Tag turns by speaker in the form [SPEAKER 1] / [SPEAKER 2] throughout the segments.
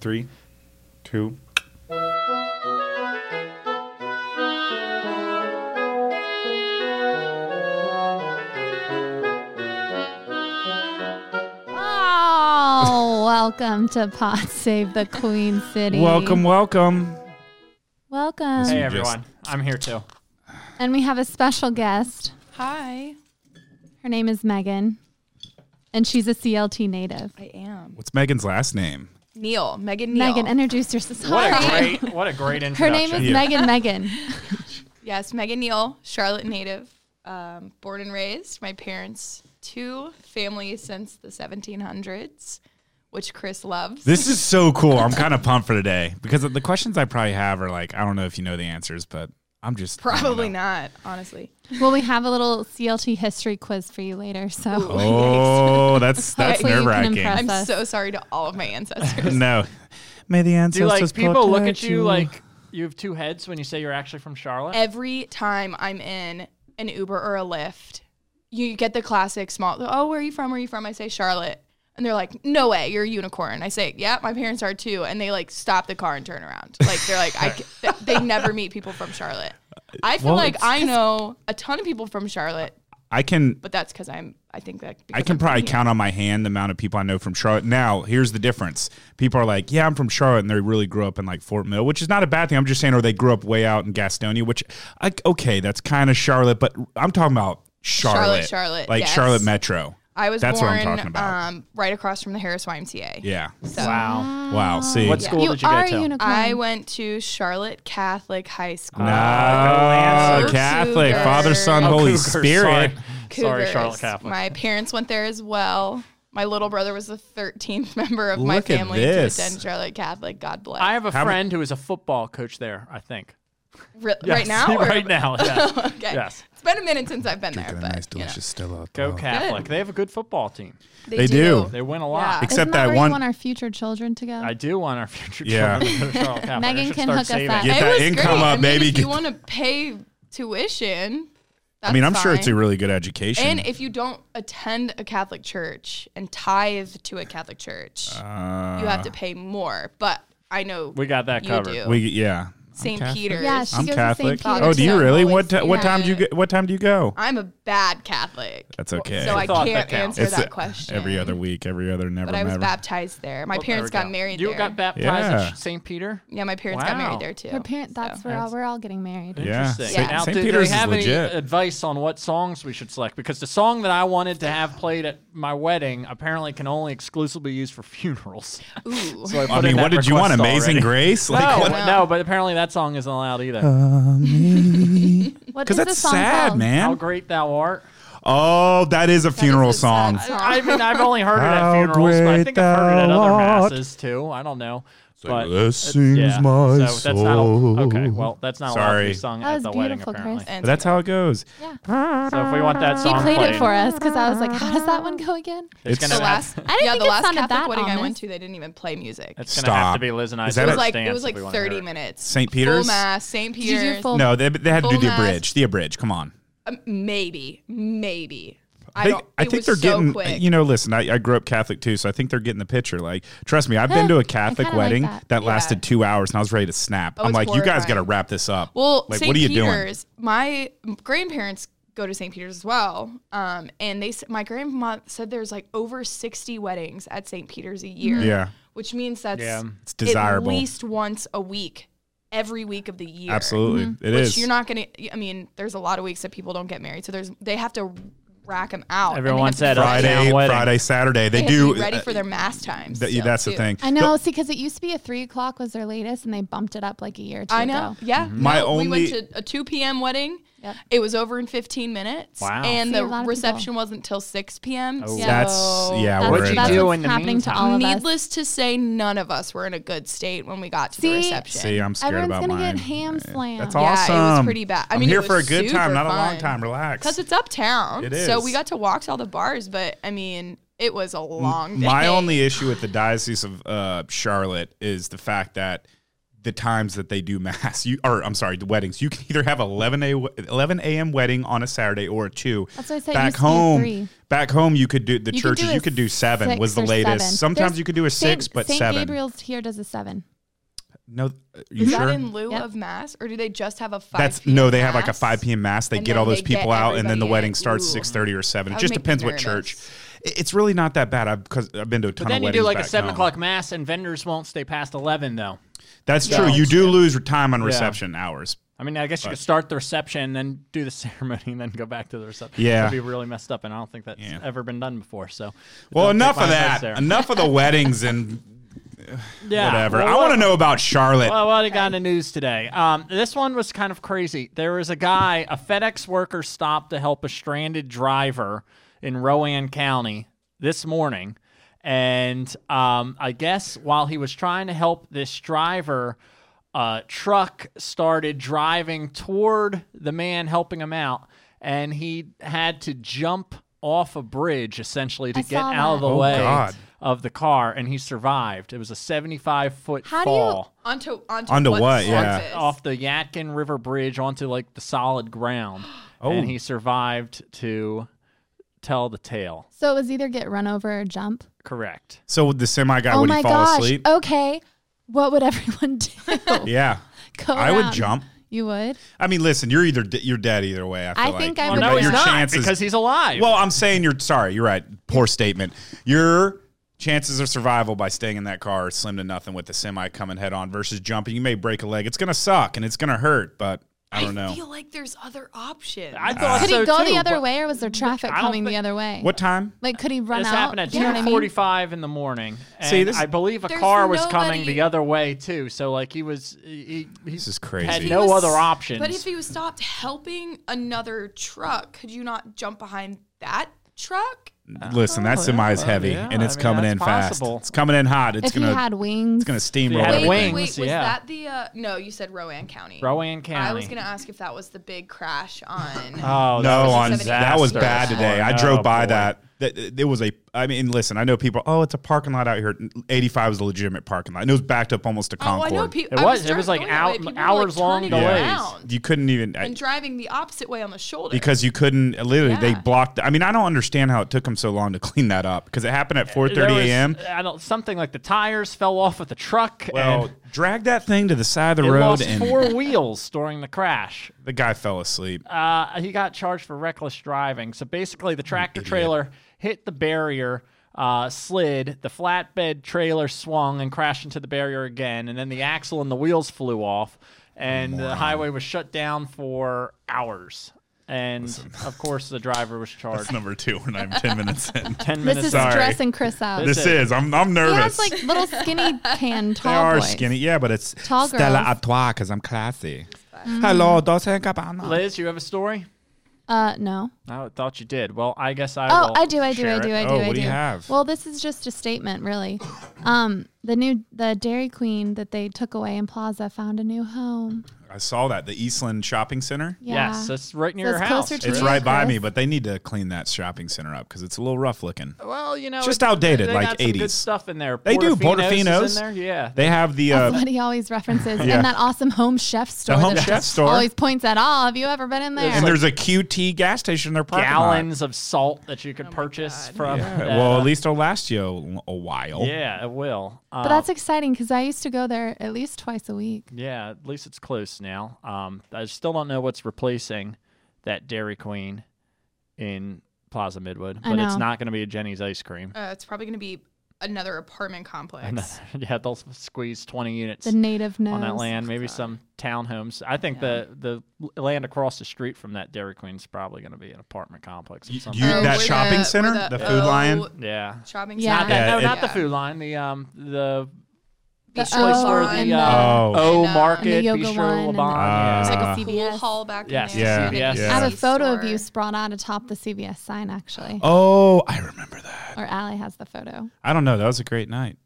[SPEAKER 1] three, two.
[SPEAKER 2] Oh, welcome to Pod Save the Queen City.
[SPEAKER 1] Welcome, welcome.
[SPEAKER 2] Welcome.
[SPEAKER 1] Hey,
[SPEAKER 3] Hey
[SPEAKER 1] You
[SPEAKER 3] everyone, I'm here too.
[SPEAKER 2] And we have a special guest.
[SPEAKER 4] Hi,
[SPEAKER 2] Her name is Megan, and she's a CLT native.
[SPEAKER 4] I am
[SPEAKER 1] What's Megan's last name?
[SPEAKER 4] Neil. Megan Neil.
[SPEAKER 2] Megan, introduce yourself.
[SPEAKER 3] What a
[SPEAKER 2] Sorry.
[SPEAKER 3] great, what a great
[SPEAKER 2] Her
[SPEAKER 3] introduction.
[SPEAKER 2] name is
[SPEAKER 1] Yeah.
[SPEAKER 2] Megan Megan.
[SPEAKER 4] yes, Megan Neil, Charlotte native, um, born and raised. My parents, two families since the 1700s, which Chris loves.
[SPEAKER 1] This is so cool. I'm kind of pumped for today because the questions I probably have are like, I don't know if you know the answers, but I'm just I don't
[SPEAKER 4] Probably
[SPEAKER 1] know.
[SPEAKER 4] not, honestly.
[SPEAKER 2] Well, we have a little CLT history quiz for you later, so
[SPEAKER 1] Oh, that's that's
[SPEAKER 2] Hopefully you
[SPEAKER 1] nerve
[SPEAKER 2] can
[SPEAKER 1] wracking.
[SPEAKER 2] impress.
[SPEAKER 4] I'm
[SPEAKER 2] Process.
[SPEAKER 4] so sorry to all of my ancestors.
[SPEAKER 1] No, may the
[SPEAKER 3] Do
[SPEAKER 1] ancestors
[SPEAKER 3] like people look at
[SPEAKER 1] protect
[SPEAKER 3] you like you have two heads when you say you're actually from Charlotte?
[SPEAKER 4] Every time I'm in an Uber or a Lyft, you get the classic small, oh, where are you from? Where are you from? I say Charlotte. And they're like, no way, you're a unicorn. I say, yeah, my parents are too. And they like stop the car and turn around. Like they're like, I, c- they never meet people from Charlotte. I feel
[SPEAKER 1] Well,
[SPEAKER 4] like
[SPEAKER 1] it's-
[SPEAKER 4] I know a ton of people from Charlotte,
[SPEAKER 1] I can
[SPEAKER 4] but that's because I'm, I think that
[SPEAKER 1] I
[SPEAKER 4] because
[SPEAKER 1] can
[SPEAKER 4] I'm from
[SPEAKER 1] probably
[SPEAKER 4] here.
[SPEAKER 1] count on my hand the amount of people I know from Charlotte. Now, here's the difference. People are like, yeah, I'm from Charlotte, and they really grew up in like Fort Mill, which is not a bad thing. I'm just saying, or they grew up way out in Gastonia, which, I, okay, that's kind of Charlotte, but I'm talking about Charlotte.
[SPEAKER 4] Charlotte, Charlotte,
[SPEAKER 1] Like
[SPEAKER 4] yes.
[SPEAKER 1] Charlotte Metro.
[SPEAKER 4] I was
[SPEAKER 1] That's
[SPEAKER 4] born
[SPEAKER 1] what I'm talking about.
[SPEAKER 4] Um, right across from the Harris YMCA.
[SPEAKER 1] yeah.
[SPEAKER 3] wow.
[SPEAKER 1] Wow. See,
[SPEAKER 3] What
[SPEAKER 4] Yeah.
[SPEAKER 3] school
[SPEAKER 2] you
[SPEAKER 3] did you
[SPEAKER 2] are
[SPEAKER 3] go
[SPEAKER 2] a
[SPEAKER 3] to?
[SPEAKER 2] unicorn.
[SPEAKER 4] I went to Charlotte Catholic High School.
[SPEAKER 1] no,
[SPEAKER 3] Lancers.
[SPEAKER 1] Oh, Catholic,
[SPEAKER 4] Cougars.
[SPEAKER 1] Father, Son,
[SPEAKER 3] Oh,
[SPEAKER 1] Holy
[SPEAKER 3] Cougars,
[SPEAKER 1] Spirit.
[SPEAKER 3] Sorry, sorry
[SPEAKER 4] Cougars.
[SPEAKER 3] Charlotte Catholic.
[SPEAKER 4] My parents went there as well. My little brother was the 13th member of my
[SPEAKER 1] Look at
[SPEAKER 4] family to
[SPEAKER 1] this.
[SPEAKER 4] attend Charlotte Catholic. God bless.
[SPEAKER 3] I have a
[SPEAKER 1] How ma-
[SPEAKER 3] friend who is a football coach there. I think
[SPEAKER 4] Re-
[SPEAKER 3] Yes,
[SPEAKER 4] right now, or- Oh,
[SPEAKER 3] right now. Yeah.
[SPEAKER 4] okay.
[SPEAKER 3] Yes.
[SPEAKER 4] It's been a minute since I've been there,
[SPEAKER 1] Drinking
[SPEAKER 4] but you know.
[SPEAKER 1] Stella.
[SPEAKER 3] Go
[SPEAKER 1] Wow.
[SPEAKER 3] Catholic. They have a good football team.
[SPEAKER 1] They do.
[SPEAKER 3] They win a lot.
[SPEAKER 4] Yeah.
[SPEAKER 2] Isn't
[SPEAKER 1] Except that
[SPEAKER 2] where you
[SPEAKER 1] one-
[SPEAKER 2] want our future children to go.
[SPEAKER 3] I do want our future
[SPEAKER 1] Yeah.
[SPEAKER 3] children to go to Charlotte Catholic. I
[SPEAKER 2] Megan
[SPEAKER 3] should
[SPEAKER 2] can
[SPEAKER 3] start
[SPEAKER 2] hook us
[SPEAKER 3] saving.
[SPEAKER 2] up.
[SPEAKER 1] Get
[SPEAKER 4] It
[SPEAKER 1] that
[SPEAKER 4] was
[SPEAKER 1] income
[SPEAKER 4] great.
[SPEAKER 1] up,
[SPEAKER 4] I mean,
[SPEAKER 1] baby.
[SPEAKER 4] If you want to pay tuition, that's
[SPEAKER 1] I mean, I'm sure it's a
[SPEAKER 4] fine.
[SPEAKER 1] really good education.
[SPEAKER 4] And if you don't attend a Catholic church and tithe to a Catholic church,
[SPEAKER 1] Uh,
[SPEAKER 4] you have to pay more. But I know
[SPEAKER 3] We got that
[SPEAKER 4] you
[SPEAKER 3] covered.
[SPEAKER 4] do.
[SPEAKER 1] Ah. we, yeah. I'm
[SPEAKER 4] St.
[SPEAKER 1] Catholic.
[SPEAKER 4] Peter's.
[SPEAKER 2] Yeah, she
[SPEAKER 1] I'm
[SPEAKER 2] goes
[SPEAKER 1] Catholic.
[SPEAKER 2] to St. Peter's.
[SPEAKER 1] Oh, do you
[SPEAKER 4] Peter's.
[SPEAKER 1] really?
[SPEAKER 4] Holy
[SPEAKER 1] What ti- what
[SPEAKER 4] Spirit.
[SPEAKER 1] time do you get? What time do you go?
[SPEAKER 4] I'm a bad Catholic.
[SPEAKER 1] That's okay.
[SPEAKER 4] So I
[SPEAKER 3] Thought that
[SPEAKER 4] can't
[SPEAKER 3] counts.
[SPEAKER 4] answer
[SPEAKER 1] It's
[SPEAKER 4] that
[SPEAKER 1] a-
[SPEAKER 4] question.
[SPEAKER 1] Every other week, every other never.
[SPEAKER 4] But I was
[SPEAKER 1] never.
[SPEAKER 4] baptized there. My
[SPEAKER 3] Well, there
[SPEAKER 4] parents
[SPEAKER 3] we
[SPEAKER 4] got
[SPEAKER 3] go.
[SPEAKER 4] married
[SPEAKER 3] you
[SPEAKER 4] there.
[SPEAKER 3] got baptized
[SPEAKER 1] Yeah.
[SPEAKER 3] at St. Peter?
[SPEAKER 4] yeah, my parents got
[SPEAKER 3] Wow.
[SPEAKER 4] married there too.
[SPEAKER 2] Her parent, that's where all, we're all getting married.
[SPEAKER 1] Yeah.
[SPEAKER 3] Interesting.
[SPEAKER 4] Yeah.
[SPEAKER 3] Now,
[SPEAKER 1] St.
[SPEAKER 3] do
[SPEAKER 1] Peter's
[SPEAKER 3] they
[SPEAKER 1] is
[SPEAKER 3] have any
[SPEAKER 1] legit.
[SPEAKER 3] advice on what songs we should select? Because the song that I wanted to have played at my wedding apparently can only exclusively use for funerals.
[SPEAKER 4] Ooh.
[SPEAKER 3] So put
[SPEAKER 1] I
[SPEAKER 3] in
[SPEAKER 1] mean, what
[SPEAKER 3] that
[SPEAKER 1] did you want?
[SPEAKER 3] request
[SPEAKER 1] Amazing
[SPEAKER 3] already.
[SPEAKER 1] Grace? Uh-huh. Like,
[SPEAKER 3] No,
[SPEAKER 1] what-
[SPEAKER 3] no, but apparently that song isn't allowed either.
[SPEAKER 2] What is
[SPEAKER 1] Cause
[SPEAKER 2] the
[SPEAKER 1] that's
[SPEAKER 2] song
[SPEAKER 1] sad,
[SPEAKER 2] called?
[SPEAKER 3] How
[SPEAKER 1] man.
[SPEAKER 3] great thou art.
[SPEAKER 1] Oh, that is a funeral
[SPEAKER 4] It's a sad
[SPEAKER 1] song.
[SPEAKER 3] I mean, I've only heard it
[SPEAKER 1] How
[SPEAKER 3] at funerals, but I think I've heard it at
[SPEAKER 1] great
[SPEAKER 3] other
[SPEAKER 1] thou art.
[SPEAKER 3] masses too. I don't know. but
[SPEAKER 1] Blessings,
[SPEAKER 3] yeah,
[SPEAKER 1] my
[SPEAKER 3] so that's not
[SPEAKER 1] soul.
[SPEAKER 3] a, okay. Well, that's not allowed to
[SPEAKER 1] Sorry.
[SPEAKER 3] be sung
[SPEAKER 2] That
[SPEAKER 3] at
[SPEAKER 2] was
[SPEAKER 3] the wedding
[SPEAKER 2] beautiful, Chris.
[SPEAKER 3] apparently.
[SPEAKER 4] And
[SPEAKER 1] But that's how it goes.
[SPEAKER 3] So if we want that
[SPEAKER 2] He
[SPEAKER 3] song
[SPEAKER 2] played it for us because I was like, how does that one go again?
[SPEAKER 3] it's,
[SPEAKER 1] It's-
[SPEAKER 4] the
[SPEAKER 3] gonna have-
[SPEAKER 4] last,
[SPEAKER 2] didn't
[SPEAKER 4] yeah,
[SPEAKER 2] think
[SPEAKER 4] the
[SPEAKER 2] it
[SPEAKER 4] last
[SPEAKER 2] sounded
[SPEAKER 4] Catholic
[SPEAKER 2] that
[SPEAKER 4] wedding I went
[SPEAKER 2] ominous.
[SPEAKER 4] to, they didn't even play music. It
[SPEAKER 3] It's gonna have
[SPEAKER 1] Stop.
[SPEAKER 3] to be Liz and I.
[SPEAKER 1] Is that
[SPEAKER 4] was
[SPEAKER 1] a-
[SPEAKER 4] like it was like 30
[SPEAKER 3] minutes.
[SPEAKER 4] minutes.
[SPEAKER 1] St.
[SPEAKER 4] Full
[SPEAKER 1] Peter's?
[SPEAKER 4] mass, St.
[SPEAKER 2] you do
[SPEAKER 4] Peter's.
[SPEAKER 2] full-
[SPEAKER 1] No, they, they had to do
[SPEAKER 4] Full
[SPEAKER 1] the
[SPEAKER 4] mass.
[SPEAKER 1] bridge. The abridge. Come on.
[SPEAKER 4] Um, maybe, maybe. I
[SPEAKER 1] They-
[SPEAKER 4] don't.
[SPEAKER 1] I
[SPEAKER 4] it
[SPEAKER 1] think
[SPEAKER 4] was
[SPEAKER 1] they're
[SPEAKER 4] so
[SPEAKER 1] getting.
[SPEAKER 4] Quick.
[SPEAKER 1] You know, listen. I, I grew up Catholic too, so I think they're getting the picture. Like, trust me, I've been to a Catholic
[SPEAKER 2] kinda like
[SPEAKER 1] wedding
[SPEAKER 2] that.
[SPEAKER 1] that, lasted two hours, and I was ready to snap.
[SPEAKER 4] Oh,
[SPEAKER 1] I'm
[SPEAKER 4] it's
[SPEAKER 1] like, you guys
[SPEAKER 4] horrifying.
[SPEAKER 1] got to wrap this up.
[SPEAKER 4] Well,
[SPEAKER 1] like,
[SPEAKER 4] St.
[SPEAKER 1] what are you doing?
[SPEAKER 4] Peter's, My grandparents go to St. Peter's as well, um, and they s- my grandma said there's like over 60 weddings at St. Peter's a year.
[SPEAKER 1] Yeah.
[SPEAKER 4] which means that's
[SPEAKER 3] Yeah.
[SPEAKER 1] It's desirable.
[SPEAKER 4] at least once a week, every week of the year.
[SPEAKER 1] Absolutely, It
[SPEAKER 4] which
[SPEAKER 1] is.
[SPEAKER 4] you're not gonna. I mean, there's a lot of weeks that people don't get married, so there's they have to rack them out. and they
[SPEAKER 3] Everyone
[SPEAKER 4] have to
[SPEAKER 3] said
[SPEAKER 4] be
[SPEAKER 3] a
[SPEAKER 4] ready-
[SPEAKER 3] Uptown
[SPEAKER 1] Friday,
[SPEAKER 3] wedding.
[SPEAKER 1] Friday, Saturday. They,
[SPEAKER 4] they have to
[SPEAKER 1] do.
[SPEAKER 4] be ready for
[SPEAKER 1] uh,
[SPEAKER 4] their mass times.
[SPEAKER 1] that-
[SPEAKER 4] still,
[SPEAKER 1] that's the
[SPEAKER 4] too.
[SPEAKER 1] thing.
[SPEAKER 2] I know, see, because it used to be a three o'clock was their latest, and they bumped it up like a year or two
[SPEAKER 4] I know.
[SPEAKER 2] ago.
[SPEAKER 4] Yeah.
[SPEAKER 1] Mm-hmm. My
[SPEAKER 4] No, we
[SPEAKER 1] only-
[SPEAKER 4] went to a 2 p.m. wedding.
[SPEAKER 2] Yep.
[SPEAKER 4] It was over in 15 minutes.
[SPEAKER 3] Wow.
[SPEAKER 4] And
[SPEAKER 2] See,
[SPEAKER 4] the
[SPEAKER 2] a lot of
[SPEAKER 4] reception
[SPEAKER 2] people.
[SPEAKER 4] wasn't till 6 p.m.
[SPEAKER 3] Oh.
[SPEAKER 4] So
[SPEAKER 1] That's yeah.
[SPEAKER 2] That's,
[SPEAKER 1] we're
[SPEAKER 3] What'd you
[SPEAKER 1] in
[SPEAKER 2] that's
[SPEAKER 1] that.
[SPEAKER 3] do
[SPEAKER 2] what's
[SPEAKER 3] in the
[SPEAKER 2] happening to
[SPEAKER 3] meantime?
[SPEAKER 2] all of us.
[SPEAKER 4] Needless to say, none of us were in a good state when we got to
[SPEAKER 2] See?
[SPEAKER 4] the reception.
[SPEAKER 1] See, I'm scared
[SPEAKER 2] Everyone's
[SPEAKER 1] about
[SPEAKER 2] gonna
[SPEAKER 1] mine.
[SPEAKER 2] get ham slammed.
[SPEAKER 1] That's
[SPEAKER 2] Yeah,
[SPEAKER 4] it was
[SPEAKER 1] awesome.
[SPEAKER 4] pretty bad. I
[SPEAKER 1] I'm
[SPEAKER 4] mean, it
[SPEAKER 1] here for a
[SPEAKER 4] was
[SPEAKER 1] good time,
[SPEAKER 4] super
[SPEAKER 1] not a long
[SPEAKER 4] fun.
[SPEAKER 1] time. Relax.
[SPEAKER 4] Because it's uptown.
[SPEAKER 1] It
[SPEAKER 4] So
[SPEAKER 1] is.
[SPEAKER 4] we got to walk to all the bars, but I mean, it was a long day.
[SPEAKER 1] My only issue with the diocese of uh, Charlotte is the fact that the times that they do mass. You or I'm sorry, the weddings. You can either have 11 a 11 a.m. wedding on a Saturday or a two.
[SPEAKER 2] That's what I said, it
[SPEAKER 1] Back
[SPEAKER 2] used to be three.
[SPEAKER 1] home, back home, you could do the
[SPEAKER 2] You could do
[SPEAKER 1] churches.
[SPEAKER 2] a
[SPEAKER 1] you could do seven was the
[SPEAKER 2] six or
[SPEAKER 1] latest.
[SPEAKER 2] seven.
[SPEAKER 1] Sometimes
[SPEAKER 2] There's
[SPEAKER 1] you could do a six,
[SPEAKER 2] Saint-
[SPEAKER 1] but
[SPEAKER 2] Saint
[SPEAKER 1] seven.
[SPEAKER 2] Gabriel's here does a seven.
[SPEAKER 1] No, you
[SPEAKER 4] Is
[SPEAKER 1] sure?
[SPEAKER 4] that in lieu
[SPEAKER 2] Yep.
[SPEAKER 4] of mass, or do they just have a five?
[SPEAKER 1] That's
[SPEAKER 4] PM
[SPEAKER 1] no. They have like a
[SPEAKER 4] mass?
[SPEAKER 1] 5 p.m. mass. They
[SPEAKER 4] And
[SPEAKER 1] get
[SPEAKER 4] then
[SPEAKER 1] all
[SPEAKER 4] they
[SPEAKER 1] those people
[SPEAKER 4] get
[SPEAKER 1] out, and then the
[SPEAKER 4] everybody
[SPEAKER 1] wedding
[SPEAKER 4] in.
[SPEAKER 1] starts
[SPEAKER 4] Ooh.
[SPEAKER 1] 6:30 or 7. It
[SPEAKER 4] That
[SPEAKER 1] just
[SPEAKER 4] would make me
[SPEAKER 1] depends what
[SPEAKER 4] nervous.
[SPEAKER 1] church. I- It's really not that bad. I've because I've been to a ton
[SPEAKER 3] But then
[SPEAKER 1] of
[SPEAKER 3] you
[SPEAKER 1] weddings.
[SPEAKER 3] do like a
[SPEAKER 1] back
[SPEAKER 3] seven
[SPEAKER 1] home.
[SPEAKER 3] o'clock mass, and vendors won't stay past eleven though.
[SPEAKER 1] That's
[SPEAKER 4] Yeah.
[SPEAKER 1] true. You do lose time on
[SPEAKER 3] Yeah.
[SPEAKER 1] reception hours.
[SPEAKER 3] I mean, I guess you could start the reception, and then do the ceremony, and then go back to the reception.
[SPEAKER 1] Yeah.
[SPEAKER 3] that'd be really messed up, and I don't think that's
[SPEAKER 1] Yeah.
[SPEAKER 3] ever been done before. So,
[SPEAKER 1] Well,
[SPEAKER 3] don't
[SPEAKER 1] enough
[SPEAKER 3] take
[SPEAKER 1] of
[SPEAKER 3] my advice
[SPEAKER 1] that.
[SPEAKER 3] there.
[SPEAKER 1] Enough of the weddings and
[SPEAKER 3] yeah,
[SPEAKER 1] whatever.
[SPEAKER 3] well,
[SPEAKER 1] I
[SPEAKER 3] what-
[SPEAKER 1] want to know about Charlotte.
[SPEAKER 3] Well, what I got in the news today. Um, this one was kind of crazy. There was a guy, a FedEx worker, stopped to help a stranded driver in Rowan County this morning, and um, I guess while he was trying to help this driver, a truck started driving toward the man helping him out, and he had to jump off a bridge essentially to
[SPEAKER 2] I
[SPEAKER 3] get
[SPEAKER 2] saw
[SPEAKER 3] out of
[SPEAKER 2] that.
[SPEAKER 3] the way
[SPEAKER 1] God.
[SPEAKER 3] of the car and he survived it was a 75 foot
[SPEAKER 2] How do you-
[SPEAKER 3] fall
[SPEAKER 4] Onto onto,
[SPEAKER 1] Onto
[SPEAKER 4] what?
[SPEAKER 1] what? Yeah.
[SPEAKER 4] Surface?
[SPEAKER 3] off the Yadkin River Bridge onto like the solid ground,
[SPEAKER 1] Oh.
[SPEAKER 3] and he survived to tell the tale.
[SPEAKER 2] So it was either get run over or jump.
[SPEAKER 3] Correct.
[SPEAKER 1] so would the semi guy
[SPEAKER 2] oh
[SPEAKER 1] would
[SPEAKER 2] my
[SPEAKER 1] he fall
[SPEAKER 2] gosh.
[SPEAKER 1] asleep?
[SPEAKER 2] Okay. What would everyone do?
[SPEAKER 1] Yeah,
[SPEAKER 2] Go
[SPEAKER 1] I would
[SPEAKER 2] around.
[SPEAKER 1] jump.
[SPEAKER 2] You would?
[SPEAKER 1] I mean, listen, you're either de- you're dead either way. I, feel
[SPEAKER 2] I
[SPEAKER 1] like.
[SPEAKER 2] think I
[SPEAKER 3] Oh
[SPEAKER 2] would
[SPEAKER 3] no,
[SPEAKER 1] But
[SPEAKER 2] jump.
[SPEAKER 3] he's
[SPEAKER 1] your
[SPEAKER 3] not
[SPEAKER 1] chances-
[SPEAKER 3] because he's alive.
[SPEAKER 1] Well, I'm saying you're sorry. You're right. Poor statement. Your chances of survival by staying in that car are slim to nothing with the semi coming head on versus jumping. You may break a leg. It's gonna suck and it's gonna hurt, but I don't know.
[SPEAKER 4] I feel like there's other options.
[SPEAKER 3] I thought
[SPEAKER 2] Could
[SPEAKER 3] Uh, so
[SPEAKER 2] he go
[SPEAKER 3] too,
[SPEAKER 2] the other
[SPEAKER 3] but
[SPEAKER 2] way or was there traffic
[SPEAKER 3] I don't
[SPEAKER 2] coming the
[SPEAKER 3] think-
[SPEAKER 2] other way?
[SPEAKER 1] What time?
[SPEAKER 2] Like could he run
[SPEAKER 3] This
[SPEAKER 2] out?
[SPEAKER 3] happened at
[SPEAKER 2] You know what I mean?
[SPEAKER 3] 2:45 in the morning. And
[SPEAKER 1] See, this-
[SPEAKER 3] I believe a
[SPEAKER 4] There's
[SPEAKER 3] car was coming
[SPEAKER 4] nobody-
[SPEAKER 3] the other way too. So like he was, he, he
[SPEAKER 1] This
[SPEAKER 3] he
[SPEAKER 1] is
[SPEAKER 3] had
[SPEAKER 1] crazy.
[SPEAKER 3] no
[SPEAKER 4] was-
[SPEAKER 3] other options.
[SPEAKER 4] But if he was stopped helping another truck, could you not jump behind that truck?
[SPEAKER 1] Listen, that semi is heavy
[SPEAKER 3] yeah.
[SPEAKER 1] and it's
[SPEAKER 3] I mean,
[SPEAKER 1] coming
[SPEAKER 3] that's
[SPEAKER 1] in
[SPEAKER 3] possible.
[SPEAKER 1] fast. It's coming in hot. It's
[SPEAKER 2] If he
[SPEAKER 1] gonna
[SPEAKER 2] had wings.
[SPEAKER 1] it's gonna steamroll
[SPEAKER 3] had a
[SPEAKER 1] everything.
[SPEAKER 3] wing.
[SPEAKER 4] Wait, was
[SPEAKER 3] Wings, yeah.
[SPEAKER 4] that the? Uh, no, you said Rowan County.
[SPEAKER 3] Rowan County.
[SPEAKER 4] I was gonna ask if that was the big crash on.
[SPEAKER 1] no,
[SPEAKER 3] Oh that was a
[SPEAKER 1] on
[SPEAKER 4] disaster.
[SPEAKER 1] that was bad today. I
[SPEAKER 3] Oh,
[SPEAKER 1] drove by
[SPEAKER 3] boy.
[SPEAKER 1] that. That- It was a. I mean, listen. I know people. Oh, it's a parking lot out here. 85 is a legitimate parking lot. And it was backed up almost to
[SPEAKER 4] Oh, I oh,
[SPEAKER 1] Concord.
[SPEAKER 4] know people.
[SPEAKER 3] It was- it was like hour- hours long
[SPEAKER 1] delays.
[SPEAKER 4] around
[SPEAKER 1] you couldn't even. I-
[SPEAKER 4] and driving the opposite way on the shoulder.
[SPEAKER 1] because you couldn't literally they
[SPEAKER 4] Yeah.
[SPEAKER 1] blocked the- i mean i don't understand how it took them so long to clean that up because it happened at
[SPEAKER 3] There
[SPEAKER 1] 4.30
[SPEAKER 3] was-
[SPEAKER 1] a.m
[SPEAKER 3] I don't something like the tires fell off of the truck
[SPEAKER 1] well
[SPEAKER 3] and
[SPEAKER 1] drag that thing to the side of the
[SPEAKER 3] it
[SPEAKER 1] road
[SPEAKER 3] lost
[SPEAKER 1] and
[SPEAKER 3] four wheels during the crash.
[SPEAKER 1] the guy fell asleep
[SPEAKER 3] uh, he got charged for reckless driving. So basically,
[SPEAKER 1] Oh,
[SPEAKER 3] the tractor trailer hit the barrier, uh, slid, the flatbed trailer swung and crashed into the barrier again, and then the axle and the wheels flew off, and the highway was shut down for hours. And of course, the driver was charged.
[SPEAKER 1] it's number two we're not even 10 minutes in
[SPEAKER 3] Ten
[SPEAKER 2] This
[SPEAKER 3] minutes.
[SPEAKER 2] is
[SPEAKER 1] Sorry.
[SPEAKER 2] stressing Chris out.
[SPEAKER 1] this is i'm, I'm
[SPEAKER 2] he
[SPEAKER 1] nervous
[SPEAKER 2] has like little skinny can
[SPEAKER 1] they
[SPEAKER 2] tall
[SPEAKER 1] are
[SPEAKER 2] boys.
[SPEAKER 1] skinny yeah but it's
[SPEAKER 2] Tall
[SPEAKER 1] stella
[SPEAKER 2] girls. Mm-hmm.
[SPEAKER 1] artois because i'm classy hello Dolce and Gabbana.
[SPEAKER 3] Liz, you have a story?
[SPEAKER 2] Uh no.
[SPEAKER 3] I thought you did. Well, I guess I.
[SPEAKER 2] Oh,
[SPEAKER 3] will
[SPEAKER 2] I do, I do,
[SPEAKER 3] share
[SPEAKER 2] I
[SPEAKER 3] it.
[SPEAKER 2] do, I do,
[SPEAKER 1] Oh,
[SPEAKER 2] I
[SPEAKER 1] what do you
[SPEAKER 2] do.
[SPEAKER 1] have?
[SPEAKER 2] Well, this is just a statement, really. Um, the new the Dairy Queen that they took away in Plaza found a new home.
[SPEAKER 1] i saw that the eastland shopping center
[SPEAKER 2] Yeah.
[SPEAKER 3] Yes, it's right near
[SPEAKER 2] So
[SPEAKER 3] your
[SPEAKER 2] it's
[SPEAKER 3] house.
[SPEAKER 2] closer to
[SPEAKER 1] it's
[SPEAKER 2] Really,
[SPEAKER 1] right by
[SPEAKER 2] Chris?
[SPEAKER 1] me but they need to clean that shopping center up because it's a little rough looking
[SPEAKER 3] well, you know,
[SPEAKER 1] Just
[SPEAKER 3] it-
[SPEAKER 1] outdated,
[SPEAKER 3] they
[SPEAKER 1] like
[SPEAKER 3] got some good
[SPEAKER 1] 80s.
[SPEAKER 3] stuff in there.
[SPEAKER 1] They do,
[SPEAKER 3] Portofino's
[SPEAKER 1] Portofino's.
[SPEAKER 3] is in there. Yeah,
[SPEAKER 1] they have the
[SPEAKER 2] That's
[SPEAKER 1] uh,
[SPEAKER 2] what he always references.
[SPEAKER 1] Yeah.
[SPEAKER 2] And that awesome home chef store.
[SPEAKER 1] home
[SPEAKER 2] that
[SPEAKER 1] chef
[SPEAKER 2] Chris
[SPEAKER 1] store.
[SPEAKER 2] Always points at all. Have you ever been in there?
[SPEAKER 1] and there's a qt gas station in their parking lot.
[SPEAKER 3] gallons of salt that you could
[SPEAKER 2] Oh
[SPEAKER 3] purchase from.
[SPEAKER 1] Yeah,
[SPEAKER 3] that,
[SPEAKER 1] well,
[SPEAKER 3] uh,
[SPEAKER 1] at least it'll last you a- a while.
[SPEAKER 3] yeah, it will. Uh,
[SPEAKER 2] but that's exciting because I used to go there at least twice a week.
[SPEAKER 3] Um, yeah, at least it's close now. Um, I still don't know what's replacing that Dairy Queen in Plaza Midwood,
[SPEAKER 2] I
[SPEAKER 3] but it's
[SPEAKER 2] know.
[SPEAKER 3] not going to be a Jenny's ice cream.
[SPEAKER 4] uh, it's probably gonna be another apartment complex.
[SPEAKER 3] yeah, they'll s- squeeze twenty units
[SPEAKER 2] The Oh native knows.
[SPEAKER 3] on that land. Maybe some townhomes. I think the the l- land across the street from that Dairy Queen's probably going to be an apartment complex. Or
[SPEAKER 1] You,
[SPEAKER 3] something.
[SPEAKER 1] you-
[SPEAKER 4] Oh,
[SPEAKER 1] that
[SPEAKER 4] where
[SPEAKER 1] shopping
[SPEAKER 4] the-
[SPEAKER 1] center,
[SPEAKER 4] where
[SPEAKER 1] the, Food
[SPEAKER 4] O
[SPEAKER 1] Lion.
[SPEAKER 3] yeah.
[SPEAKER 4] Shopping
[SPEAKER 2] Yeah.
[SPEAKER 3] Not
[SPEAKER 4] center.
[SPEAKER 3] that,
[SPEAKER 1] Yeah,
[SPEAKER 3] no,
[SPEAKER 1] it-
[SPEAKER 3] not the food line. The um the
[SPEAKER 2] The
[SPEAKER 4] Beach
[SPEAKER 2] O
[SPEAKER 3] place where
[SPEAKER 2] and
[SPEAKER 3] the
[SPEAKER 2] the-
[SPEAKER 3] uh,
[SPEAKER 1] Oh.
[SPEAKER 3] O
[SPEAKER 4] And, uh,
[SPEAKER 3] Market
[SPEAKER 2] and the yoga one
[SPEAKER 3] Bistro
[SPEAKER 2] and
[SPEAKER 3] Laban. yeah, it's like a
[SPEAKER 1] Ah.
[SPEAKER 4] Like a pool hall back
[SPEAKER 3] Yes.
[SPEAKER 4] in there.
[SPEAKER 1] Yeah.
[SPEAKER 4] and a
[SPEAKER 3] Yes.
[SPEAKER 4] PC
[SPEAKER 1] Yeah.
[SPEAKER 2] I have a photo of
[SPEAKER 4] store.
[SPEAKER 2] you sprawled out atop the CVS sign, actually.
[SPEAKER 1] Oh, I remember that.
[SPEAKER 2] Or Allie has the photo.
[SPEAKER 1] I don't know. That was a great night.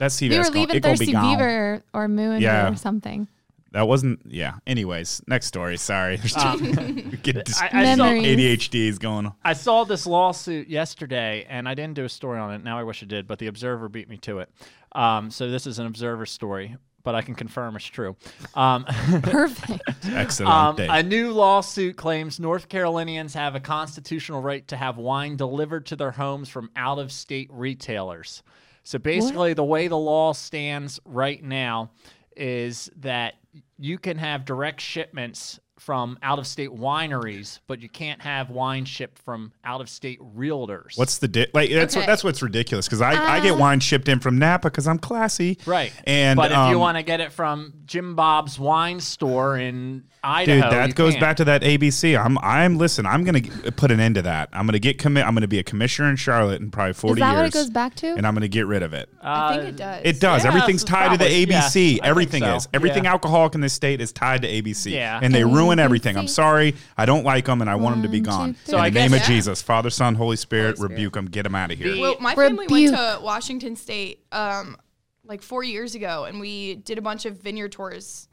[SPEAKER 1] That's CVS.
[SPEAKER 2] we were
[SPEAKER 1] gone.
[SPEAKER 2] leaving
[SPEAKER 1] It gonna be
[SPEAKER 2] Thirsty
[SPEAKER 1] gone.
[SPEAKER 2] Beaver or Moon
[SPEAKER 1] Yeah.
[SPEAKER 2] or something.
[SPEAKER 1] That wasn't. Yeah. Anyways, next story. Sorry. Get dis-
[SPEAKER 3] Ah. I, I, saw,
[SPEAKER 2] Memory.
[SPEAKER 1] ADHD is going.
[SPEAKER 3] I saw this lawsuit yesterday, and I didn't do a story on it. Now I wish I did, but the Observer beat me to it. Um, so this is an Observer story, but I can confirm it's true. Um,
[SPEAKER 2] Perfect.
[SPEAKER 1] Excellent.
[SPEAKER 3] Um,
[SPEAKER 1] day.
[SPEAKER 3] a new lawsuit claims North Carolinians have a constitutional right to have wine delivered to their homes from out of state retailers. So basically, the way the law stands right now is that you can have direct shipments from out of state wineries, but you can't have wine shipped from out of state realtors.
[SPEAKER 1] What's the di- like? That's what
[SPEAKER 4] Okay.
[SPEAKER 1] that's what's ridiculous because I, I get
[SPEAKER 2] Uh.
[SPEAKER 1] wine shipped in from Napa because I'm classy,
[SPEAKER 3] Right.
[SPEAKER 1] And
[SPEAKER 3] but if you
[SPEAKER 1] um,
[SPEAKER 3] want to get it from Jim Bob's wine store in Idaho,
[SPEAKER 1] dude, that
[SPEAKER 3] you
[SPEAKER 1] goes
[SPEAKER 3] can.
[SPEAKER 1] back to that ABC. I'm I'm listen. I'm gonna g- put an end to that. I'm gonna get commit. I'm gonna be a commissioner in Charlotte in probably
[SPEAKER 2] Is
[SPEAKER 1] forty
[SPEAKER 2] that
[SPEAKER 1] years,
[SPEAKER 2] what it goes back to?
[SPEAKER 1] and I'm gonna get rid of it.
[SPEAKER 4] I think it does.
[SPEAKER 1] It does.
[SPEAKER 3] Yeah,
[SPEAKER 1] Everything's
[SPEAKER 3] it's
[SPEAKER 1] tied
[SPEAKER 3] probably-
[SPEAKER 1] to the ABC.
[SPEAKER 3] yeah, I think
[SPEAKER 1] everything
[SPEAKER 3] so.
[SPEAKER 1] is. Everything
[SPEAKER 3] Yeah.
[SPEAKER 1] alcoholic in this state is tied to ABC.
[SPEAKER 3] Yeah.
[SPEAKER 1] And they ruin
[SPEAKER 2] ABC.
[SPEAKER 1] everything. I'm sorry. I don't like them, and I want them to be
[SPEAKER 2] One, two,
[SPEAKER 1] gone.
[SPEAKER 2] three.
[SPEAKER 1] in
[SPEAKER 3] So
[SPEAKER 1] the
[SPEAKER 3] I
[SPEAKER 1] name
[SPEAKER 4] guess-
[SPEAKER 1] of
[SPEAKER 4] Yeah.
[SPEAKER 1] Jesus, Father, Son, Holy Spirit,
[SPEAKER 4] Spirit.
[SPEAKER 1] rebuke them. Get them out of here.
[SPEAKER 3] The-
[SPEAKER 4] Well, my family
[SPEAKER 2] Rebuke.
[SPEAKER 4] went to Washington State um, like four years ago, and we did a bunch of vineyard tours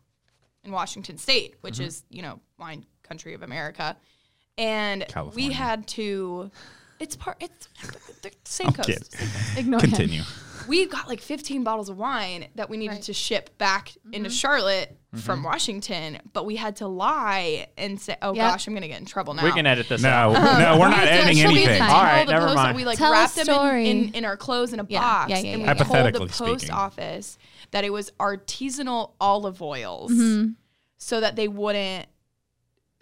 [SPEAKER 4] in Washington State, which
[SPEAKER 1] Mm-hmm.
[SPEAKER 4] is you know wine country of America, and
[SPEAKER 1] California.
[SPEAKER 4] we had to. It's part. It's they're same coast.
[SPEAKER 1] kidding.
[SPEAKER 4] same coast.
[SPEAKER 2] Ignore him.
[SPEAKER 1] Continue.
[SPEAKER 4] We got like 15 bottles of wine that we needed
[SPEAKER 2] Right.
[SPEAKER 4] to ship back into Charlotte
[SPEAKER 1] Mm-hmm.
[SPEAKER 4] from Washington, but we had to lie and say, "Oh
[SPEAKER 2] Yep.
[SPEAKER 4] gosh, I'm gonna get in trouble now."
[SPEAKER 3] We can edit this out.
[SPEAKER 1] No, no, we're not editing
[SPEAKER 2] she'll be
[SPEAKER 1] anything.
[SPEAKER 2] fine.
[SPEAKER 3] All right,
[SPEAKER 4] the
[SPEAKER 3] never
[SPEAKER 4] post-
[SPEAKER 3] mind.
[SPEAKER 4] We like
[SPEAKER 2] Tell a
[SPEAKER 4] wrapped them
[SPEAKER 2] story.
[SPEAKER 4] in, in, in our clothes in a
[SPEAKER 2] Yeah,
[SPEAKER 4] box,
[SPEAKER 2] yeah, yeah,
[SPEAKER 4] and
[SPEAKER 2] yeah.
[SPEAKER 4] we told the
[SPEAKER 1] Hypothetically
[SPEAKER 4] post
[SPEAKER 1] speaking.
[SPEAKER 4] office that it was artisanal olive oils,
[SPEAKER 2] Mm-hmm.
[SPEAKER 4] so that they wouldn't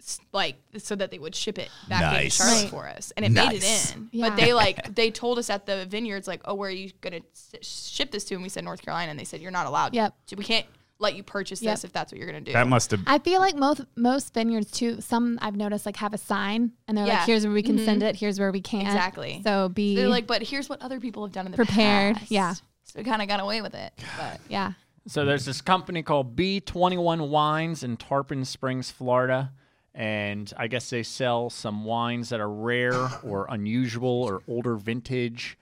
[SPEAKER 4] s- like so that they would ship it back into
[SPEAKER 1] Nice.
[SPEAKER 4] Charlotte
[SPEAKER 2] Right.
[SPEAKER 4] for us, and it made
[SPEAKER 1] Nice.
[SPEAKER 4] it in.
[SPEAKER 2] Yeah.
[SPEAKER 4] But they like they told us at the vineyards like, oh, where are you gonna s- ship this to? And we said North Carolina, and they said you're not allowed.
[SPEAKER 2] Yep.
[SPEAKER 4] to. we can't let you purchase
[SPEAKER 2] Yep.
[SPEAKER 4] this if that's what you're gonna do.
[SPEAKER 1] That must have.
[SPEAKER 2] I feel like most most vineyards too. Some I've noticed like have a sign, and they're
[SPEAKER 4] Yeah.
[SPEAKER 2] like, "Here's where we can
[SPEAKER 1] Mm-hmm.
[SPEAKER 2] send it. Here's where we can't."
[SPEAKER 4] Exactly.
[SPEAKER 2] So be
[SPEAKER 4] They're like, but here's what other people have done in the
[SPEAKER 2] Prepared,
[SPEAKER 4] past."
[SPEAKER 2] yeah.
[SPEAKER 4] So we kind of got away with it. But
[SPEAKER 2] yeah.
[SPEAKER 3] So there's this company called B21 Wines in Tarpon Springs, Florida, and I guess they sell some wines that are rare or unusual or older vintage,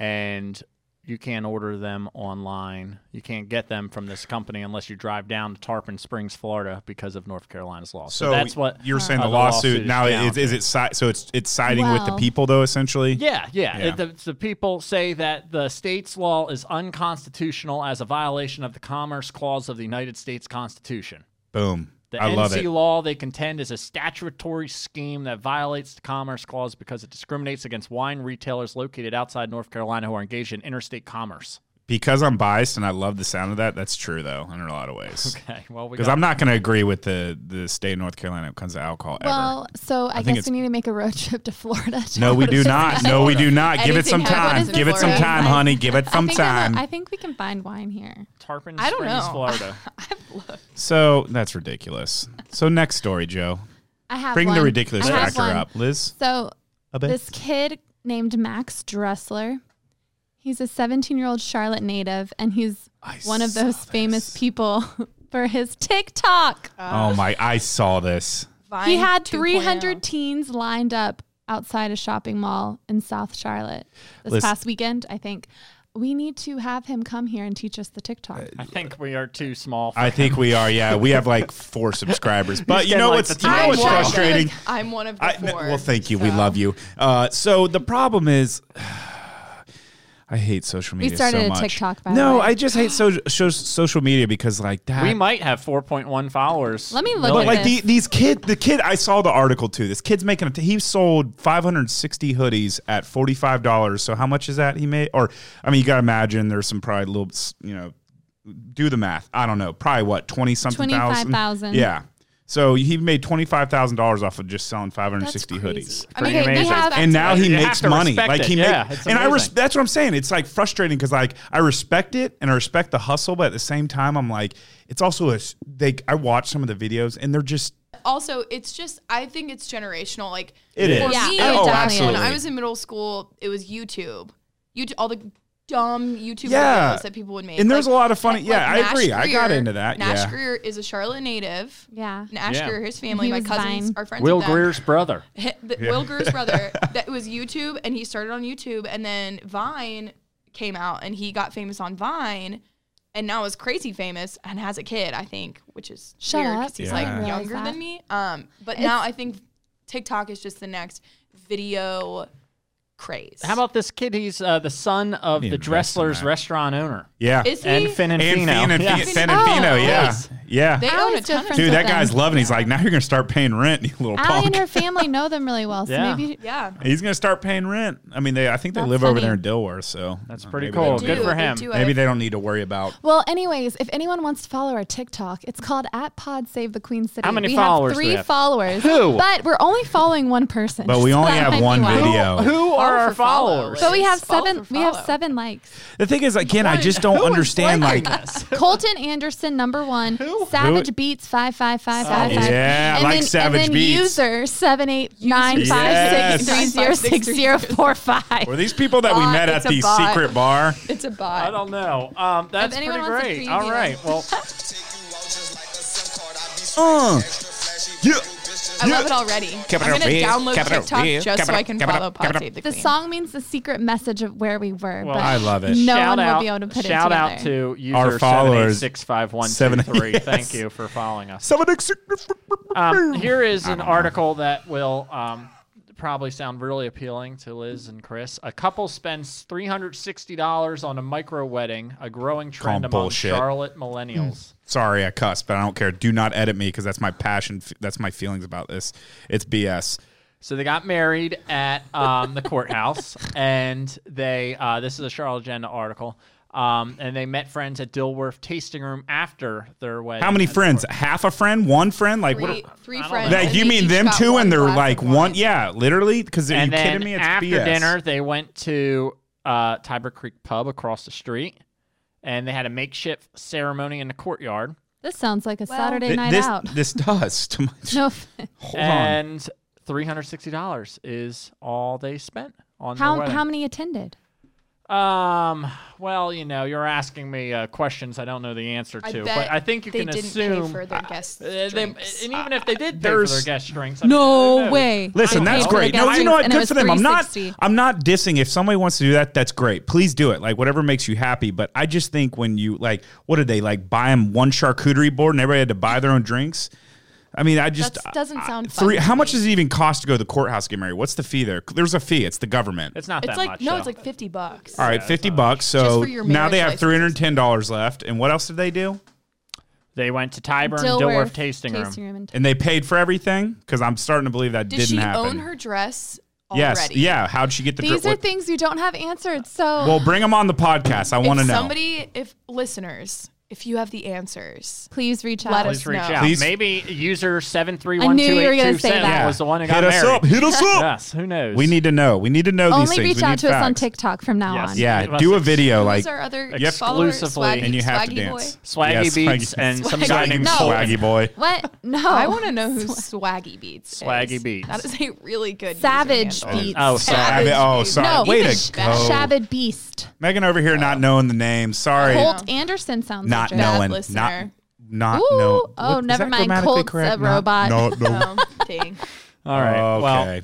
[SPEAKER 3] and you can't order them online. You can't get them from this company unless you drive down to Tarpon Springs, Florida, because of North Carolina's law. So,
[SPEAKER 1] So
[SPEAKER 3] that's what
[SPEAKER 1] you're saying. The
[SPEAKER 3] uh, the
[SPEAKER 1] lawsuit,
[SPEAKER 3] lawsuit is
[SPEAKER 1] now
[SPEAKER 3] down.
[SPEAKER 1] is, is it si- so it's it's siding with the
[SPEAKER 2] Well-
[SPEAKER 1] people though essentially.
[SPEAKER 3] Yeah, yeah.
[SPEAKER 1] Yeah.
[SPEAKER 3] The, the people say that the state's law is unconstitutional as a violation of the Commerce Clause of the United States Constitution.
[SPEAKER 1] Boom.
[SPEAKER 3] The
[SPEAKER 1] I
[SPEAKER 3] NC
[SPEAKER 1] love it.
[SPEAKER 3] law they contend is a statutory scheme that violates the Commerce Clause because it discriminates against wine retailers located outside North Carolina who are engaged in interstate commerce.
[SPEAKER 1] Because I'm biased and I love the sound of that. That's true though in a lot of ways.
[SPEAKER 3] Okay, well we
[SPEAKER 1] Because
[SPEAKER 3] got
[SPEAKER 1] I'm not going to agree with the the state of North Carolina when it comes to alcohol
[SPEAKER 2] Well, so I,
[SPEAKER 1] think
[SPEAKER 2] guess
[SPEAKER 1] it's-
[SPEAKER 2] we need to make a road trip to Florida. to
[SPEAKER 1] ever. No, we
[SPEAKER 2] order
[SPEAKER 1] do
[SPEAKER 2] some-
[SPEAKER 1] not. No, we do not. Give it
[SPEAKER 4] Anything
[SPEAKER 1] some
[SPEAKER 4] happens
[SPEAKER 1] time.
[SPEAKER 4] in
[SPEAKER 1] Give it some
[SPEAKER 4] Florida.
[SPEAKER 1] time, honey. Give it
[SPEAKER 2] I
[SPEAKER 1] some
[SPEAKER 2] think, I'm- I
[SPEAKER 1] time.
[SPEAKER 2] think we can find wine here.
[SPEAKER 3] Tarpon
[SPEAKER 4] I don't
[SPEAKER 3] Springs,
[SPEAKER 4] know.
[SPEAKER 3] Florida.
[SPEAKER 1] So that's ridiculous. So next story, Joe.
[SPEAKER 2] I have
[SPEAKER 1] Bring
[SPEAKER 2] one.
[SPEAKER 1] the ridiculous
[SPEAKER 2] I have
[SPEAKER 1] factor
[SPEAKER 2] one.
[SPEAKER 1] up, Liz.
[SPEAKER 2] So
[SPEAKER 1] A bit.
[SPEAKER 2] this kid named Max Dressler. He's a 17 year old Charlotte native, and he's
[SPEAKER 1] I
[SPEAKER 2] one of
[SPEAKER 1] saw
[SPEAKER 2] those famous people for his TikTok.
[SPEAKER 1] oh my! I saw this.
[SPEAKER 2] he
[SPEAKER 4] Vine oh.
[SPEAKER 2] had
[SPEAKER 4] 2.0.
[SPEAKER 2] 300 teens lined up outside a shopping mall in South Charlotte this
[SPEAKER 1] Listen-
[SPEAKER 2] past weekend, I think. We need to have him come here and teach us the TikTok.
[SPEAKER 1] Uh,
[SPEAKER 3] I think we are too small. For
[SPEAKER 1] I think we are. Yeah, we have like four subscribers. But you
[SPEAKER 3] getting,
[SPEAKER 1] know
[SPEAKER 3] like,
[SPEAKER 1] what's
[SPEAKER 3] the
[SPEAKER 1] you know
[SPEAKER 3] time
[SPEAKER 1] what's
[SPEAKER 3] warp.
[SPEAKER 1] frustrating?
[SPEAKER 4] I'm one of the
[SPEAKER 1] I,
[SPEAKER 4] four.
[SPEAKER 1] no, well, thank you. We love you. Uh, so the problem is, I hate social media.
[SPEAKER 2] started
[SPEAKER 1] so
[SPEAKER 2] a
[SPEAKER 1] much.
[SPEAKER 2] TikTok, by the
[SPEAKER 1] no,
[SPEAKER 2] way.
[SPEAKER 1] I just hate so, so, social media because like that.
[SPEAKER 3] we might have 4.1 followers.
[SPEAKER 2] Let me look
[SPEAKER 1] but
[SPEAKER 2] at
[SPEAKER 1] like
[SPEAKER 2] this.
[SPEAKER 1] the, these kid, the kid, I saw the article too. This kid's making a. T- he sold 560 hoodies at 45 dollars. So how much is that he made? Or I mean, you got to imagine there's some probably little, s- you know, do the math. I don't know. Probably what 20 something thousand.
[SPEAKER 2] 25,000.
[SPEAKER 1] Yeah. So he made twenty five thousand dollars off of just selling five hundred sixty
[SPEAKER 4] crazy.
[SPEAKER 1] hoodies
[SPEAKER 4] I
[SPEAKER 3] Pretty
[SPEAKER 4] mean, they- they
[SPEAKER 3] amazing.
[SPEAKER 4] have-
[SPEAKER 1] and now
[SPEAKER 3] it.
[SPEAKER 1] he
[SPEAKER 3] You have
[SPEAKER 1] makes
[SPEAKER 3] to
[SPEAKER 1] money.
[SPEAKER 3] respect
[SPEAKER 1] Like
[SPEAKER 3] it.
[SPEAKER 1] he
[SPEAKER 3] Yeah,
[SPEAKER 1] make-
[SPEAKER 3] it's
[SPEAKER 1] and I res-
[SPEAKER 3] amazing.
[SPEAKER 1] that's what I'm saying. It's like frustrating because like I respect it and I respect the hustle, but at the same time, I'm like, it's also a s- they. I watch some of the videos and they're just
[SPEAKER 4] also, it's just I think it's generational. Like
[SPEAKER 1] It
[SPEAKER 4] for
[SPEAKER 1] is.
[SPEAKER 4] me,
[SPEAKER 2] Yeah,
[SPEAKER 4] it
[SPEAKER 2] oh,
[SPEAKER 4] definitely-
[SPEAKER 1] absolutely.
[SPEAKER 4] When I was in middle school, it was YouTube. YouTube, all the dumb YouTube
[SPEAKER 1] Yeah.
[SPEAKER 4] videos that people would make.
[SPEAKER 1] And there's a lot of funny-
[SPEAKER 4] like
[SPEAKER 1] yeah, I
[SPEAKER 4] Nash
[SPEAKER 1] agree. I got
[SPEAKER 4] Grier-
[SPEAKER 1] into that,
[SPEAKER 4] Nash
[SPEAKER 1] yeah.
[SPEAKER 4] Grier is a Charlotte native.
[SPEAKER 2] yeah.
[SPEAKER 4] Nash
[SPEAKER 3] Yeah.
[SPEAKER 4] Grier, his family,
[SPEAKER 2] He
[SPEAKER 4] my
[SPEAKER 2] was
[SPEAKER 4] cousins
[SPEAKER 2] Vine.
[SPEAKER 4] are friends.
[SPEAKER 3] Will
[SPEAKER 4] with them.
[SPEAKER 3] Greer's brother.
[SPEAKER 4] Hi- the, Will Greer's brother. That was YouTube, and he started on YouTube, and then Vine came out, and he got famous on Vine. and now is crazy famous and has a kid, I think, which is
[SPEAKER 2] Shut
[SPEAKER 4] weird
[SPEAKER 2] up.
[SPEAKER 4] 'cause he's
[SPEAKER 1] Yeah. I didn't
[SPEAKER 4] like
[SPEAKER 2] realize
[SPEAKER 4] younger
[SPEAKER 2] that.
[SPEAKER 4] than me. Um, but
[SPEAKER 2] It's-
[SPEAKER 4] now I think TikTok is just the next video craze.
[SPEAKER 3] How about this kid? He's uh, the son of
[SPEAKER 1] Need
[SPEAKER 3] the
[SPEAKER 1] to invest in
[SPEAKER 3] Dressler's
[SPEAKER 1] that.
[SPEAKER 3] restaurant owner.
[SPEAKER 1] Yeah.
[SPEAKER 4] Is he?
[SPEAKER 3] And Finn and,
[SPEAKER 1] and
[SPEAKER 3] Fino.
[SPEAKER 1] Fien and
[SPEAKER 3] Yeah.
[SPEAKER 1] Fien- Finn and
[SPEAKER 2] Oh,
[SPEAKER 1] Fino, yeah.
[SPEAKER 4] nice.
[SPEAKER 1] Yeah.
[SPEAKER 4] They
[SPEAKER 2] I
[SPEAKER 4] own a
[SPEAKER 2] was
[SPEAKER 4] ton of
[SPEAKER 2] different
[SPEAKER 4] stuff.
[SPEAKER 2] with
[SPEAKER 1] Dude, that
[SPEAKER 2] them.
[SPEAKER 1] guy's loving. it. He's like, now you're gonna start paying rent, you little
[SPEAKER 2] Allie
[SPEAKER 1] punk.
[SPEAKER 2] and her family know them really well, so
[SPEAKER 3] Yeah.
[SPEAKER 2] maybe
[SPEAKER 4] Yeah.
[SPEAKER 1] He's gonna start paying rent. I mean, they. I think they
[SPEAKER 2] That's
[SPEAKER 1] live over
[SPEAKER 2] funny.
[SPEAKER 1] there in Dilworth, so
[SPEAKER 3] That's
[SPEAKER 1] uh,
[SPEAKER 3] pretty
[SPEAKER 1] maybe
[SPEAKER 3] cool.
[SPEAKER 1] They
[SPEAKER 3] Good
[SPEAKER 1] don't,
[SPEAKER 4] do,
[SPEAKER 3] for
[SPEAKER 4] they
[SPEAKER 3] him.
[SPEAKER 4] do it.
[SPEAKER 1] maybe they don't need to worry about.
[SPEAKER 2] Well, anyways, if anyone wants to follow our TikTok, it's called at Pod Save the Queen City.
[SPEAKER 3] How many
[SPEAKER 2] we
[SPEAKER 3] followers
[SPEAKER 2] Have
[SPEAKER 3] do
[SPEAKER 2] three
[SPEAKER 3] we have?
[SPEAKER 2] followers.
[SPEAKER 3] Who?
[SPEAKER 2] But we're only following one person.
[SPEAKER 1] But we
[SPEAKER 2] so
[SPEAKER 1] only
[SPEAKER 2] that
[SPEAKER 1] have
[SPEAKER 2] might be
[SPEAKER 1] one
[SPEAKER 2] why.
[SPEAKER 1] video.
[SPEAKER 3] Who are
[SPEAKER 4] Follow
[SPEAKER 3] our
[SPEAKER 4] for follow.
[SPEAKER 3] followers?
[SPEAKER 2] But we have
[SPEAKER 4] Follow
[SPEAKER 2] seven.
[SPEAKER 4] for
[SPEAKER 2] We have
[SPEAKER 4] follow.
[SPEAKER 2] seven likes.
[SPEAKER 1] The thing is, again, I just don't
[SPEAKER 3] Who is
[SPEAKER 1] understand. Like,
[SPEAKER 3] liking us?
[SPEAKER 2] Colton Anderson, number one.
[SPEAKER 3] Who?
[SPEAKER 2] Savage
[SPEAKER 1] Who? Oh,
[SPEAKER 2] Beats five five five five
[SPEAKER 4] Savage
[SPEAKER 2] five.
[SPEAKER 1] Yeah, I
[SPEAKER 2] and
[SPEAKER 1] like
[SPEAKER 2] then,
[SPEAKER 1] Savage
[SPEAKER 2] and then
[SPEAKER 1] Beats.
[SPEAKER 2] User seven eight nine five six three zero six zero four five.
[SPEAKER 1] were these people that we
[SPEAKER 4] Bot,
[SPEAKER 1] met at
[SPEAKER 4] it's a
[SPEAKER 1] the
[SPEAKER 4] bot.
[SPEAKER 1] secret bar?
[SPEAKER 4] It's a
[SPEAKER 3] I
[SPEAKER 4] bot.
[SPEAKER 3] don't know. Um, that's
[SPEAKER 2] anyone
[SPEAKER 3] pretty
[SPEAKER 2] wants a
[SPEAKER 3] great.
[SPEAKER 2] preview.
[SPEAKER 3] All right. Well,
[SPEAKER 1] Uh. Yeah.
[SPEAKER 4] I love
[SPEAKER 1] Yeah.
[SPEAKER 4] it already.
[SPEAKER 1] Capital
[SPEAKER 4] I'm gonna
[SPEAKER 1] B,
[SPEAKER 4] download
[SPEAKER 1] capital
[SPEAKER 4] TikTok
[SPEAKER 1] B,
[SPEAKER 4] just so
[SPEAKER 1] capital-
[SPEAKER 4] I can
[SPEAKER 1] capital-
[SPEAKER 4] follow Pod
[SPEAKER 1] capital-
[SPEAKER 4] Save the
[SPEAKER 2] The
[SPEAKER 4] Queen.
[SPEAKER 2] song means the secret message of where we were.
[SPEAKER 3] Well,
[SPEAKER 2] but
[SPEAKER 1] I love it.
[SPEAKER 2] No
[SPEAKER 3] shout
[SPEAKER 2] one
[SPEAKER 3] out,
[SPEAKER 2] will be able to put
[SPEAKER 3] shout
[SPEAKER 2] it
[SPEAKER 3] out
[SPEAKER 2] together.
[SPEAKER 3] to user
[SPEAKER 1] Our followers.
[SPEAKER 3] six five one
[SPEAKER 1] Seven- yes.
[SPEAKER 3] Thank you for following us.
[SPEAKER 1] Someone ex-
[SPEAKER 3] Um, here is an article that will um, probably sound really appealing to Liz and Chris. A couple spends three hundred sixty dollars on a micro wedding, a growing trend among
[SPEAKER 1] bullshit. Hmm.
[SPEAKER 3] Charlotte millennials.
[SPEAKER 1] Sorry, I cussed, but I don't care. Do not edit me because that's my passion. That's my feelings about this. It's BS.
[SPEAKER 3] So they got married at um, the courthouse, and they uh, this is a Charlotte Agenda article, um, and they met friends at Dilworth Tasting Room after their wedding.
[SPEAKER 1] How many
[SPEAKER 3] at the
[SPEAKER 1] friends? Half a friend? One friend? Like
[SPEAKER 4] Three,
[SPEAKER 1] what?
[SPEAKER 4] three
[SPEAKER 3] I don't
[SPEAKER 4] friends.
[SPEAKER 3] know.
[SPEAKER 1] Like
[SPEAKER 4] and
[SPEAKER 1] you
[SPEAKER 4] they
[SPEAKER 1] mean
[SPEAKER 4] each
[SPEAKER 1] them
[SPEAKER 4] got
[SPEAKER 1] two,
[SPEAKER 4] one
[SPEAKER 1] and they're
[SPEAKER 4] glass of
[SPEAKER 1] like
[SPEAKER 4] wine.
[SPEAKER 1] one? Yeah, literally. Because are
[SPEAKER 3] and
[SPEAKER 1] you
[SPEAKER 3] then
[SPEAKER 1] kidding me? It's
[SPEAKER 3] after
[SPEAKER 1] BS.
[SPEAKER 3] dinner, they went to uh, Tiber Creek Pub across the street, and they had a makeshift ceremony in the courtyard.
[SPEAKER 2] This sounds like a
[SPEAKER 4] Well-
[SPEAKER 2] Saturday
[SPEAKER 1] Th-
[SPEAKER 2] night
[SPEAKER 1] this
[SPEAKER 2] out.
[SPEAKER 1] this does. To my,
[SPEAKER 2] no, offense.
[SPEAKER 1] hold on.
[SPEAKER 3] and three hundred sixty dollars is all they spent on their
[SPEAKER 2] how
[SPEAKER 3] wedding.
[SPEAKER 2] how many attended?
[SPEAKER 3] Um. Well, you know, you're asking me uh, questions I don't know the answer
[SPEAKER 4] I
[SPEAKER 3] to,
[SPEAKER 4] bet
[SPEAKER 3] but I think you
[SPEAKER 4] they
[SPEAKER 3] can
[SPEAKER 4] didn't
[SPEAKER 3] assume.
[SPEAKER 4] pay for their guests.
[SPEAKER 3] Uh, they, and
[SPEAKER 4] drinks.
[SPEAKER 3] even if they did pay for their
[SPEAKER 1] There's-
[SPEAKER 3] guest drinks, I mean, I don't
[SPEAKER 2] No
[SPEAKER 3] know.
[SPEAKER 2] way.
[SPEAKER 1] Listen,
[SPEAKER 3] I
[SPEAKER 1] that's
[SPEAKER 3] know.
[SPEAKER 1] great.
[SPEAKER 3] Well,
[SPEAKER 1] No,
[SPEAKER 3] they
[SPEAKER 1] you
[SPEAKER 3] got
[SPEAKER 1] know what?
[SPEAKER 2] drinks and it
[SPEAKER 1] Good
[SPEAKER 2] was
[SPEAKER 1] for them. I'm not.
[SPEAKER 2] 360.
[SPEAKER 1] I'm not dissing. If somebody wants to do that, that's great. Please do it. Like whatever makes you happy. But I just think when you like, what did they like? Buy them one charcuterie board, and everybody had to buy their own drinks. I mean, I just
[SPEAKER 4] That doesn't sound fun
[SPEAKER 1] three.
[SPEAKER 4] to
[SPEAKER 1] How much
[SPEAKER 4] me.
[SPEAKER 1] does it even cost to go to the courthouse to get married? What's the fee there? There's a fee. It's the government.
[SPEAKER 3] It's not
[SPEAKER 4] It's
[SPEAKER 3] that
[SPEAKER 4] like
[SPEAKER 3] much.
[SPEAKER 4] no,
[SPEAKER 3] though.
[SPEAKER 4] it's like fifty bucks.
[SPEAKER 1] All right, fifty bucks. So
[SPEAKER 4] for your
[SPEAKER 1] now they have
[SPEAKER 4] marriage licenses.
[SPEAKER 1] three hundred ten dollars left. And what else did they do?
[SPEAKER 3] they went to Tyburn Dilworth, tasting, room.
[SPEAKER 2] and
[SPEAKER 1] And they paid for everything because I'm starting to believe that
[SPEAKER 4] Did
[SPEAKER 1] didn't
[SPEAKER 4] she
[SPEAKER 1] happen.
[SPEAKER 4] own her dress already?
[SPEAKER 1] yes. Yeah. How'd she get the?
[SPEAKER 2] These
[SPEAKER 1] dri-
[SPEAKER 2] are
[SPEAKER 1] what-
[SPEAKER 2] things you don't have answered. So
[SPEAKER 1] well, bring them on the podcast. I
[SPEAKER 4] If
[SPEAKER 1] want to know.
[SPEAKER 4] somebody, if listeners, if you have the answers,
[SPEAKER 2] please reach out.
[SPEAKER 4] Let
[SPEAKER 3] Please
[SPEAKER 4] us
[SPEAKER 3] reach
[SPEAKER 4] know.
[SPEAKER 3] out.
[SPEAKER 1] Please-
[SPEAKER 3] Maybe user seven three
[SPEAKER 2] I
[SPEAKER 3] one
[SPEAKER 2] knew
[SPEAKER 3] two
[SPEAKER 2] you were
[SPEAKER 3] eight
[SPEAKER 2] gonna
[SPEAKER 3] two
[SPEAKER 2] say
[SPEAKER 3] seven
[SPEAKER 2] that.
[SPEAKER 3] was the one who got
[SPEAKER 1] Hit us
[SPEAKER 3] married.
[SPEAKER 1] up. Hit us up.
[SPEAKER 3] Yes. Who knows?
[SPEAKER 1] We need to know. We need to know these
[SPEAKER 2] Only
[SPEAKER 1] things.
[SPEAKER 2] reach
[SPEAKER 1] we
[SPEAKER 2] out
[SPEAKER 1] need
[SPEAKER 2] to us on
[SPEAKER 1] facts.
[SPEAKER 2] Tiktok from now
[SPEAKER 3] Yes.
[SPEAKER 2] on.
[SPEAKER 1] Yeah,
[SPEAKER 3] Give us
[SPEAKER 1] do a
[SPEAKER 3] ex-
[SPEAKER 1] video
[SPEAKER 4] Who's
[SPEAKER 1] like
[SPEAKER 4] our other
[SPEAKER 3] Yep.
[SPEAKER 4] follower?
[SPEAKER 3] Exclusively.
[SPEAKER 4] Swaggy,
[SPEAKER 1] and you have to
[SPEAKER 4] Swaggy
[SPEAKER 1] dance.
[SPEAKER 4] Boy?
[SPEAKER 3] Swaggy
[SPEAKER 1] Yeah,
[SPEAKER 3] beats
[SPEAKER 1] Swaggy-
[SPEAKER 3] and some
[SPEAKER 4] Swaggy
[SPEAKER 3] guy
[SPEAKER 1] Swaggy-
[SPEAKER 3] named
[SPEAKER 2] No.
[SPEAKER 1] Swaggy boy.
[SPEAKER 2] What? No.
[SPEAKER 4] I want to know who Swaggy Beats. is.
[SPEAKER 3] Swaggy Beats.
[SPEAKER 4] That is a really good
[SPEAKER 2] Savage
[SPEAKER 4] user handle.
[SPEAKER 2] Beats.
[SPEAKER 3] Oh,
[SPEAKER 1] Savage.
[SPEAKER 4] Savage
[SPEAKER 1] Oh,
[SPEAKER 4] Beats.
[SPEAKER 1] sorry.
[SPEAKER 2] No,
[SPEAKER 1] Way
[SPEAKER 2] even
[SPEAKER 1] to go.
[SPEAKER 2] Shabbat Beast.
[SPEAKER 1] Megan over here
[SPEAKER 3] Oh.
[SPEAKER 1] not knowing the name. Sorry.
[SPEAKER 2] Holt Anderson sounds
[SPEAKER 1] not
[SPEAKER 2] legit.
[SPEAKER 4] bad
[SPEAKER 1] knowing. Not
[SPEAKER 4] listener.
[SPEAKER 1] not
[SPEAKER 2] Ooh,
[SPEAKER 1] know.
[SPEAKER 2] oh,
[SPEAKER 1] what- is
[SPEAKER 2] never
[SPEAKER 1] that
[SPEAKER 2] mind.
[SPEAKER 1] grammatically
[SPEAKER 2] Colt's a
[SPEAKER 1] correct? Not-
[SPEAKER 2] robot.
[SPEAKER 1] No, no.
[SPEAKER 4] Oh, dang.
[SPEAKER 3] All right. Well,
[SPEAKER 1] Oh, Okay.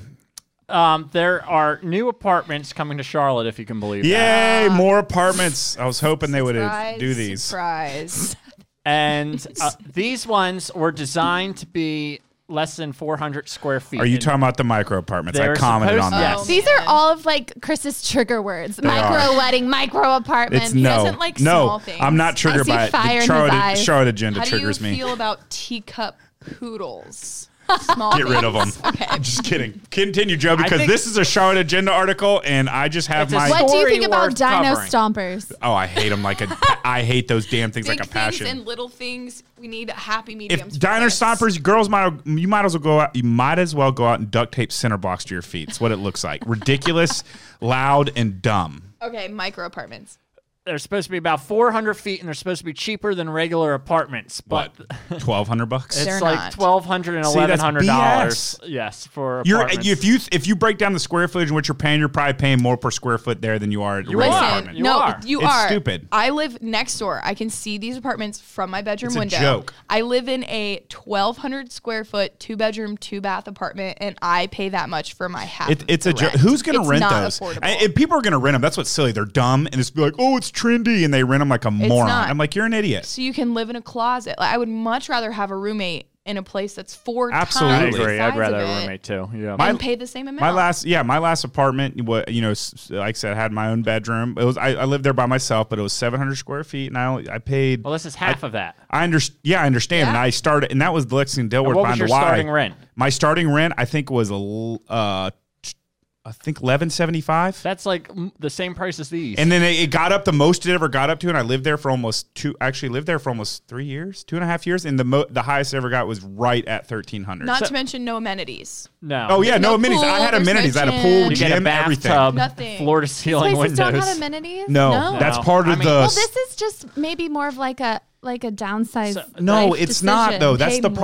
[SPEAKER 3] Um, there are new apartments coming to Charlotte, if you can believe that.
[SPEAKER 1] Yay!
[SPEAKER 2] Uh,
[SPEAKER 1] More apartments. I was hoping they would uh,
[SPEAKER 4] Surprise,
[SPEAKER 1] do these.
[SPEAKER 4] Surprise.
[SPEAKER 3] And uh, these ones were designed to be less than 400 square feet.
[SPEAKER 1] Are you
[SPEAKER 3] And
[SPEAKER 1] talking about the micro apartments? I
[SPEAKER 3] They're
[SPEAKER 1] commented on
[SPEAKER 3] supposed-
[SPEAKER 1] that.
[SPEAKER 4] Oh,
[SPEAKER 2] These
[SPEAKER 4] man.
[SPEAKER 2] are all of like Chris's trigger words: micro
[SPEAKER 1] are.
[SPEAKER 2] wedding, micro apartment.
[SPEAKER 1] It's no,
[SPEAKER 4] doesn't like
[SPEAKER 1] no.
[SPEAKER 4] small things.
[SPEAKER 1] I'm not triggered
[SPEAKER 2] see
[SPEAKER 1] by it.
[SPEAKER 2] fire in
[SPEAKER 1] The
[SPEAKER 2] his
[SPEAKER 1] Charlotte,
[SPEAKER 2] eyes.
[SPEAKER 1] Charlotte agenda
[SPEAKER 4] How do you
[SPEAKER 1] triggers me.
[SPEAKER 4] feel about teacup poodles? Small
[SPEAKER 1] Get rid of them.
[SPEAKER 4] things. Okay.
[SPEAKER 1] Just kidding. Continue, Joe, because
[SPEAKER 3] think-
[SPEAKER 1] this is a Charlotte agenda article, and I just have
[SPEAKER 3] It's a
[SPEAKER 1] my.
[SPEAKER 2] What do you
[SPEAKER 3] Story
[SPEAKER 2] think about
[SPEAKER 3] worth
[SPEAKER 2] dino
[SPEAKER 3] covering.
[SPEAKER 2] stompers?
[SPEAKER 1] Oh, I hate them like a. I hate those damn things like
[SPEAKER 4] Big
[SPEAKER 1] a
[SPEAKER 4] things
[SPEAKER 1] passion.
[SPEAKER 4] and little things. We need happy mediums.
[SPEAKER 1] if
[SPEAKER 4] for
[SPEAKER 1] diner
[SPEAKER 4] this.
[SPEAKER 1] stompers, girls might you might as well go out. You might as well go out and duct tape center blocks to your feet. It's what it looks like. Ridiculous, loud, and dumb.
[SPEAKER 4] Okay, micro apartments.
[SPEAKER 3] They're supposed to be about 400 feet, and they're supposed to be cheper than regular apartments. But
[SPEAKER 1] What? Twelve hundred bucks.
[SPEAKER 3] it's
[SPEAKER 4] They're
[SPEAKER 3] like
[SPEAKER 4] not.
[SPEAKER 3] 1200 and
[SPEAKER 1] See, that's
[SPEAKER 3] 1100 dollars.
[SPEAKER 1] BS.
[SPEAKER 3] Yes, for
[SPEAKER 1] You're, uh,
[SPEAKER 3] apartments.
[SPEAKER 1] if you if you break down the square footage in which you're paying, you're probably paying more per square foot there than you are. at a
[SPEAKER 3] You
[SPEAKER 1] regular
[SPEAKER 3] are.
[SPEAKER 4] Listen,
[SPEAKER 1] apartment.
[SPEAKER 3] You
[SPEAKER 4] no,
[SPEAKER 3] are.
[SPEAKER 4] you
[SPEAKER 1] It's
[SPEAKER 4] are
[SPEAKER 1] stupid.
[SPEAKER 4] I live next door. I can see these apartments from my bedroom
[SPEAKER 1] It's a
[SPEAKER 4] window.
[SPEAKER 1] joke.
[SPEAKER 4] I live in a 1,200 square foot, two bedroom, two bath apartment, and I pay that much for my half.
[SPEAKER 1] It,
[SPEAKER 4] of
[SPEAKER 1] it's
[SPEAKER 4] the
[SPEAKER 1] a joke.
[SPEAKER 4] rent.
[SPEAKER 1] Who's going
[SPEAKER 4] It's
[SPEAKER 1] to rent
[SPEAKER 4] not
[SPEAKER 1] those?
[SPEAKER 4] affordable.
[SPEAKER 1] And, and people are going to rent them. That's what's silly. They're dumb and it's be like, oh, it's trendy, and they rent them like a moron.
[SPEAKER 4] not.
[SPEAKER 1] I'm like, you're an idiot.
[SPEAKER 4] so you can live in a closet. Like, I would much rather have a roommate in a place that's four
[SPEAKER 1] Absolutely.
[SPEAKER 3] I
[SPEAKER 4] times the
[SPEAKER 3] agree. I'd
[SPEAKER 4] size
[SPEAKER 3] rather
[SPEAKER 4] of
[SPEAKER 3] a
[SPEAKER 4] it
[SPEAKER 3] roommate too. Yeah.
[SPEAKER 1] My-
[SPEAKER 4] and pay the same amount.
[SPEAKER 1] My last, yeah, my last apartment, wa- you know, s- s- like I said, I had my own bedroom. It was I, I lived there by myself, but it was 700 square feet, and I only, I paid.
[SPEAKER 3] well, this is half of that.
[SPEAKER 1] I understand. Yeah, I understand. And
[SPEAKER 4] Yeah.
[SPEAKER 1] I started, and that was the Lexington Delaware.
[SPEAKER 3] What was
[SPEAKER 1] behind
[SPEAKER 3] your
[SPEAKER 1] the Y.
[SPEAKER 3] starting rent?
[SPEAKER 1] My starting rent, I think, was a, l- uh, t- I think eleven seventy five.
[SPEAKER 3] That's like mm, the same price as these.
[SPEAKER 1] And then it, it got up the most it ever got up to, and I lived there for almost two. Actually, lived there for almost three years, two and a half years, and the mo- the highest I ever got was right at thirteen hundred.
[SPEAKER 4] Not to mention no amenities.
[SPEAKER 3] no.
[SPEAKER 1] Oh yeah,
[SPEAKER 4] There's
[SPEAKER 1] no
[SPEAKER 4] no
[SPEAKER 1] amenities. I
[SPEAKER 4] pool,
[SPEAKER 1] had
[SPEAKER 4] there's no
[SPEAKER 1] amenities. I had a
[SPEAKER 4] gym.
[SPEAKER 1] pool,
[SPEAKER 4] You
[SPEAKER 3] You
[SPEAKER 1] gym,
[SPEAKER 3] get a
[SPEAKER 1] everything.
[SPEAKER 3] bathtub,
[SPEAKER 4] Nothing.
[SPEAKER 3] floor to ceiling
[SPEAKER 2] Places
[SPEAKER 3] windows.
[SPEAKER 2] don't have amenities.
[SPEAKER 1] No, that's
[SPEAKER 3] No.
[SPEAKER 1] part of
[SPEAKER 3] I mean-
[SPEAKER 1] the.
[SPEAKER 3] Well,
[SPEAKER 2] Well, this is just maybe more of like a like a downsized.
[SPEAKER 1] no,
[SPEAKER 2] life
[SPEAKER 1] it's not
[SPEAKER 2] decision.
[SPEAKER 1] though. That's
[SPEAKER 4] Pay
[SPEAKER 1] the
[SPEAKER 4] more to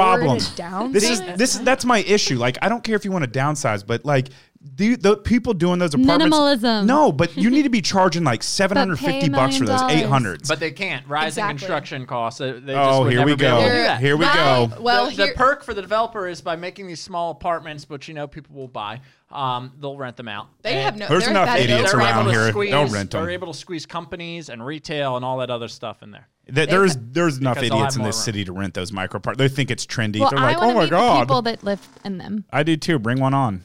[SPEAKER 1] problem. This is
[SPEAKER 4] downsize?
[SPEAKER 1] this is that's my issue. Like I don't care if you want to downsize, but like do the people doing those apartments
[SPEAKER 2] Minimalism.
[SPEAKER 1] No, but you need to be charging like seven hundred fifty
[SPEAKER 2] a
[SPEAKER 1] bucks for those
[SPEAKER 2] million
[SPEAKER 1] eight
[SPEAKER 2] dollars.
[SPEAKER 1] hundred.
[SPEAKER 3] But they can't. Rising
[SPEAKER 4] Exactly.
[SPEAKER 3] construction costs. They, they just
[SPEAKER 1] Oh,
[SPEAKER 3] would
[SPEAKER 1] here
[SPEAKER 3] never
[SPEAKER 1] we
[SPEAKER 3] be able to do
[SPEAKER 1] go.
[SPEAKER 3] that.
[SPEAKER 1] Here we
[SPEAKER 4] Well,
[SPEAKER 1] go.
[SPEAKER 4] Well,
[SPEAKER 3] the, the
[SPEAKER 4] here,
[SPEAKER 3] perk for the developer is by making these small apartments, which you know people will buy. Um, they'll rent them out.
[SPEAKER 4] they
[SPEAKER 3] And
[SPEAKER 4] have no.
[SPEAKER 1] There's
[SPEAKER 4] they're
[SPEAKER 1] enough
[SPEAKER 4] bad at
[SPEAKER 1] idiots
[SPEAKER 3] able
[SPEAKER 4] they're
[SPEAKER 1] around
[SPEAKER 3] to
[SPEAKER 4] able to
[SPEAKER 1] here.
[SPEAKER 4] squeeze-
[SPEAKER 1] Don't rent 'em.
[SPEAKER 3] They're able to squeeze companies and retail and all that other stuff in there.
[SPEAKER 1] Th- there's there's enough
[SPEAKER 3] because they'll
[SPEAKER 1] idiots
[SPEAKER 3] have
[SPEAKER 1] in
[SPEAKER 3] more
[SPEAKER 1] this
[SPEAKER 3] room.
[SPEAKER 1] city to rent those micro parts. They think it's trendy.
[SPEAKER 2] Well,
[SPEAKER 1] They're
[SPEAKER 2] I
[SPEAKER 1] like,
[SPEAKER 2] want
[SPEAKER 1] oh
[SPEAKER 2] to
[SPEAKER 1] my
[SPEAKER 2] meet the people
[SPEAKER 1] god,
[SPEAKER 2] that live in them.
[SPEAKER 1] I do too. Bring one on.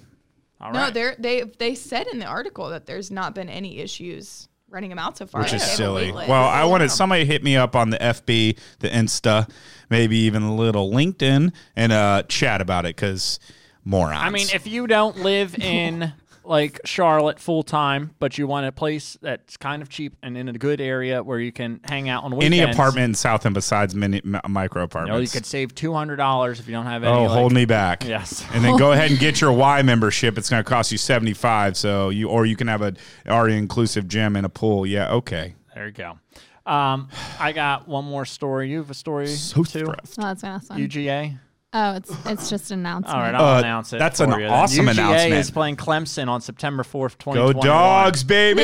[SPEAKER 3] All
[SPEAKER 4] No,
[SPEAKER 3] right.
[SPEAKER 4] they're, they they said in the article that there's not been any issues renting them out so far.
[SPEAKER 1] which is
[SPEAKER 4] They have a
[SPEAKER 1] silly.
[SPEAKER 4] wait list.
[SPEAKER 1] Well, I wanted
[SPEAKER 4] Yeah.
[SPEAKER 1] somebody hit me up on the FB, the Insta, maybe even a little LinkedIn, and uh, chat about it because morons.
[SPEAKER 3] I mean, if you don't live in like Charlotte full time, but you want a place that's kind of cheap and in a good area where you can hang out on weekends,
[SPEAKER 1] any apartment in Southam besides mini mi- micro
[SPEAKER 3] you, know, you
[SPEAKER 1] apartments.
[SPEAKER 3] could save two hundred dollars if you don't have any.
[SPEAKER 1] oh,
[SPEAKER 3] like-
[SPEAKER 1] hold me back.
[SPEAKER 3] Yes.
[SPEAKER 1] And then go ahead and get your Y membership. It's going to cost you seventy five. So you or you can have a already inclusive gym and a pool. Yeah. Okay.
[SPEAKER 3] There you go. Um, I got one more story. You have a story too.
[SPEAKER 1] stressed.
[SPEAKER 2] Oh, that's my last one.
[SPEAKER 3] UGA.
[SPEAKER 2] Oh, it's it's just an announcement.
[SPEAKER 3] All right, I'll
[SPEAKER 1] Uh,
[SPEAKER 3] announce it.
[SPEAKER 1] that's
[SPEAKER 3] for
[SPEAKER 1] an
[SPEAKER 3] you then.
[SPEAKER 1] awesome
[SPEAKER 3] UGA
[SPEAKER 1] announcement.
[SPEAKER 3] is playing Clemson on September fourth, twenty
[SPEAKER 1] Go
[SPEAKER 3] twenty.
[SPEAKER 1] dogs, baby.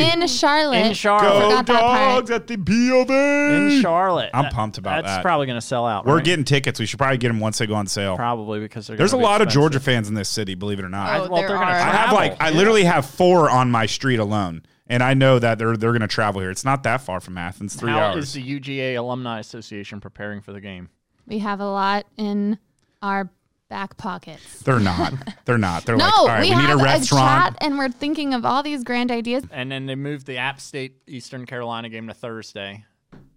[SPEAKER 2] in, in Charlotte.
[SPEAKER 3] in Charlotte.
[SPEAKER 1] go
[SPEAKER 2] forgot that part.
[SPEAKER 1] dogs at the B of A.
[SPEAKER 3] in Charlotte.
[SPEAKER 1] I'm
[SPEAKER 3] That-
[SPEAKER 1] pumped about
[SPEAKER 3] That's
[SPEAKER 1] that.
[SPEAKER 3] probably going to sell out.
[SPEAKER 1] We're
[SPEAKER 3] right?
[SPEAKER 1] getting tickets. We should probably get them once they go on sale.
[SPEAKER 3] probably because they're
[SPEAKER 1] There's a
[SPEAKER 3] gonna be
[SPEAKER 1] lot of
[SPEAKER 3] expensive.
[SPEAKER 1] Georgia fans in this city, believe it or not.
[SPEAKER 4] Oh,
[SPEAKER 3] well,
[SPEAKER 4] there
[SPEAKER 3] they're gonna
[SPEAKER 4] are.
[SPEAKER 1] I
[SPEAKER 3] try-
[SPEAKER 1] have like I
[SPEAKER 3] travel.
[SPEAKER 1] literally have four on my street alone, and I know that they're they're gonna travel here. It's not that far from Athens, three
[SPEAKER 3] How
[SPEAKER 1] hours.
[SPEAKER 3] is the UGA Alumni Association preparing for the game?
[SPEAKER 2] We have a lot in our back pockets.
[SPEAKER 1] they're not. They're not. They're
[SPEAKER 2] No,
[SPEAKER 1] like, all right, we,
[SPEAKER 2] we,
[SPEAKER 1] need a
[SPEAKER 2] have a,
[SPEAKER 1] restaurant.
[SPEAKER 2] chat and we're thinking of all these grand ideas.
[SPEAKER 3] And then they moved the App State Eastern Carolina game to Thursday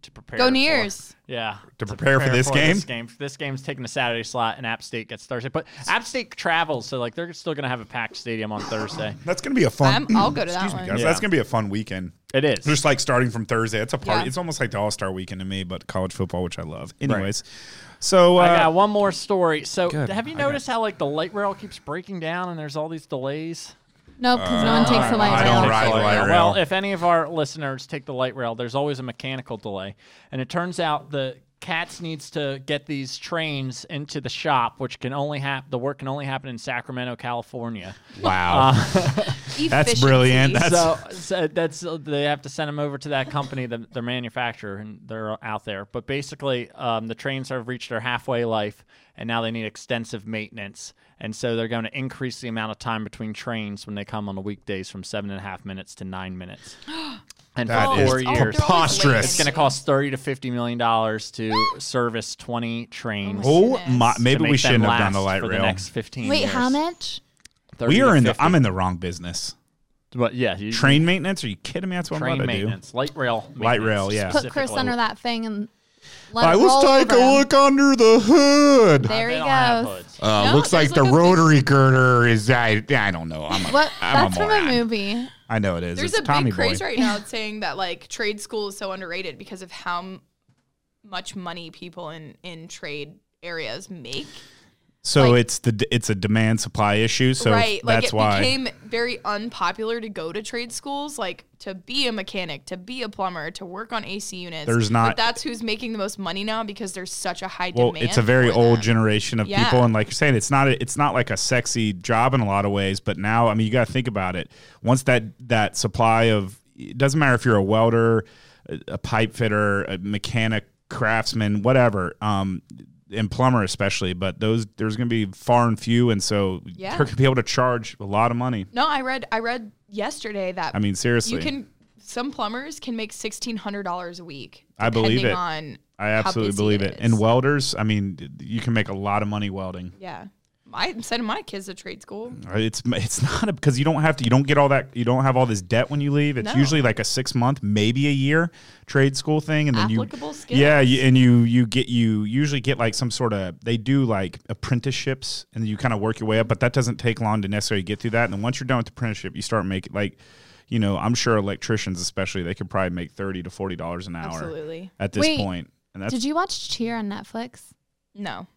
[SPEAKER 3] to prepare.
[SPEAKER 4] Go
[SPEAKER 3] for-
[SPEAKER 4] Neers.
[SPEAKER 3] Yeah.
[SPEAKER 1] To prepare for this game?
[SPEAKER 3] This, game. This game's taking a Saturday slot, and App State gets Thursday. But App State travels, so like they're still going to have a packed stadium on Thursday.
[SPEAKER 1] That's gonna be a fun. Mm,
[SPEAKER 4] I'm, I'll go to that
[SPEAKER 1] Guys,
[SPEAKER 4] one.
[SPEAKER 3] Yeah.
[SPEAKER 1] That's gonna be a fun weekend.
[SPEAKER 3] It is.
[SPEAKER 1] Just like starting from Thursday, it's a party.
[SPEAKER 4] Yeah.
[SPEAKER 1] It's almost like the All Star Weekend to me, but college football, which I love. Anyways, so uh,
[SPEAKER 3] I got one more story. So
[SPEAKER 1] Good.
[SPEAKER 3] have you
[SPEAKER 1] I got-
[SPEAKER 3] noticed how like the light rail keeps breaking down and there's all these delays?
[SPEAKER 2] Nope, because no one takes the light
[SPEAKER 1] Uh, I don't
[SPEAKER 2] rail.
[SPEAKER 1] ride the light
[SPEAKER 3] Well,
[SPEAKER 1] rail.
[SPEAKER 3] if any of our listeners take the light rail, there's always a mechanical delay, and it turns out the Cats needs to get these trains into the shop, which can only happen. The work can only happen in Sacramento, California.
[SPEAKER 1] wow, that's
[SPEAKER 4] Efficiency.
[SPEAKER 1] brilliant. That's
[SPEAKER 3] so, so that's they have to send them over to that company, the, their manufacturer, and they're out there. But basically, um, the trains have reached their halfway life, and now they need extensive maintenance. And so they're going to increase the amount of time between trains when they come on the weekdays from seven and a half minutes to nine minutes. And
[SPEAKER 1] That
[SPEAKER 3] for
[SPEAKER 1] is
[SPEAKER 3] four
[SPEAKER 4] Oh,
[SPEAKER 3] years,
[SPEAKER 4] they're always late
[SPEAKER 1] preposterous.
[SPEAKER 3] it's going to
[SPEAKER 4] anyway.
[SPEAKER 3] cost thirty to fifty million dollars to service twenty trains. to
[SPEAKER 1] oh my. Maybe
[SPEAKER 3] make
[SPEAKER 1] we
[SPEAKER 3] them
[SPEAKER 1] shouldn't have done
[SPEAKER 3] last
[SPEAKER 1] the light
[SPEAKER 3] for
[SPEAKER 1] rail.
[SPEAKER 3] The next fifteen.
[SPEAKER 2] Wait,
[SPEAKER 3] years.
[SPEAKER 2] how much?
[SPEAKER 3] 30
[SPEAKER 1] we
[SPEAKER 3] to
[SPEAKER 1] are in. The,
[SPEAKER 3] 50.
[SPEAKER 1] I'm in the wrong business.
[SPEAKER 3] But yeah, you,
[SPEAKER 1] Train maintenance? Are you kidding me? That's what I'm
[SPEAKER 3] train
[SPEAKER 1] about to do.
[SPEAKER 3] maintenance, light rail,
[SPEAKER 1] Light
[SPEAKER 3] maintenance
[SPEAKER 1] rail, yeah.
[SPEAKER 2] Put Chris
[SPEAKER 3] specifically.
[SPEAKER 2] under that thing and let
[SPEAKER 1] I
[SPEAKER 2] it
[SPEAKER 1] was
[SPEAKER 2] roll
[SPEAKER 1] take
[SPEAKER 2] over
[SPEAKER 1] a
[SPEAKER 2] him.
[SPEAKER 1] look under the hood.
[SPEAKER 2] There
[SPEAKER 3] They
[SPEAKER 2] he
[SPEAKER 3] don't have
[SPEAKER 2] goes.
[SPEAKER 3] hoods.
[SPEAKER 1] Uh,
[SPEAKER 4] No,
[SPEAKER 1] looks
[SPEAKER 4] there's
[SPEAKER 1] like the
[SPEAKER 4] like a-
[SPEAKER 1] rotary girder is. I, I don't know. I'm a,
[SPEAKER 2] What?
[SPEAKER 1] I'm
[SPEAKER 2] That's
[SPEAKER 1] a
[SPEAKER 2] from
[SPEAKER 1] moron.
[SPEAKER 2] a movie.
[SPEAKER 1] I know it is.
[SPEAKER 4] There's
[SPEAKER 1] it's
[SPEAKER 4] a
[SPEAKER 1] Tommy
[SPEAKER 4] big craze
[SPEAKER 1] Boy.
[SPEAKER 4] right now that's saying that like trade school is so underrated because of how m- much money people in in trade areas make.
[SPEAKER 1] So
[SPEAKER 4] like-
[SPEAKER 1] it's the it's a demand supply issue. So
[SPEAKER 4] right, like
[SPEAKER 1] that's
[SPEAKER 4] it
[SPEAKER 1] why.
[SPEAKER 4] became very unpopular to go to trade schools, like to be a mechanic, to be a plumber, to work on AC units.
[SPEAKER 1] There's
[SPEAKER 4] but
[SPEAKER 1] not-
[SPEAKER 4] that's who's making the most money now because there's such a high
[SPEAKER 1] well,
[SPEAKER 4] demand.
[SPEAKER 1] it's a very
[SPEAKER 4] for
[SPEAKER 1] old
[SPEAKER 4] them.
[SPEAKER 1] generation of
[SPEAKER 4] Yeah.
[SPEAKER 1] people, and like you're saying, it's not a, it's not like a sexy job in a lot of ways. But now, I mean, you got to think about it. Once that that supply of it doesn't matter if you're a welder, a, a pipe fitter, a mechanic, craftsman, whatever, um, and plumber especially. But those there's going to be far and few, and so
[SPEAKER 4] Yeah.
[SPEAKER 1] they're going to be able to charge a lot of money.
[SPEAKER 4] No, I read I read yesterday that
[SPEAKER 1] I mean, seriously,
[SPEAKER 4] you can some plumbers can make sixteen hundred dollars a week.
[SPEAKER 1] I believe
[SPEAKER 4] depending
[SPEAKER 1] it.
[SPEAKER 4] On
[SPEAKER 1] I
[SPEAKER 4] how
[SPEAKER 1] absolutely
[SPEAKER 4] busy
[SPEAKER 1] believe it.
[SPEAKER 4] is.
[SPEAKER 1] And welders, I mean, you can make a lot of money welding.
[SPEAKER 4] yeah, I'm sending my kids to trade school.
[SPEAKER 1] It's it's not a, because you don't have to. You don't get all that. You don't have all this debt when you leave. It's
[SPEAKER 4] No.
[SPEAKER 1] usually like a six month, maybe a year trade school thing, and then you
[SPEAKER 4] Applicable skills.
[SPEAKER 1] yeah, you, and you you get you usually get like some sort of they do like apprenticeships, and you kind of work your way up. But that doesn't take long to necessarily get through that. And then once you're done with the apprenticeship, you start making like. You know, I'm sure electricians, especially, they could probably make thirty to forty dollars an hour
[SPEAKER 4] Absolutely.
[SPEAKER 1] at this
[SPEAKER 2] Wait,
[SPEAKER 1] point. And that's
[SPEAKER 2] Did you watch Cheer on Netflix?
[SPEAKER 4] No.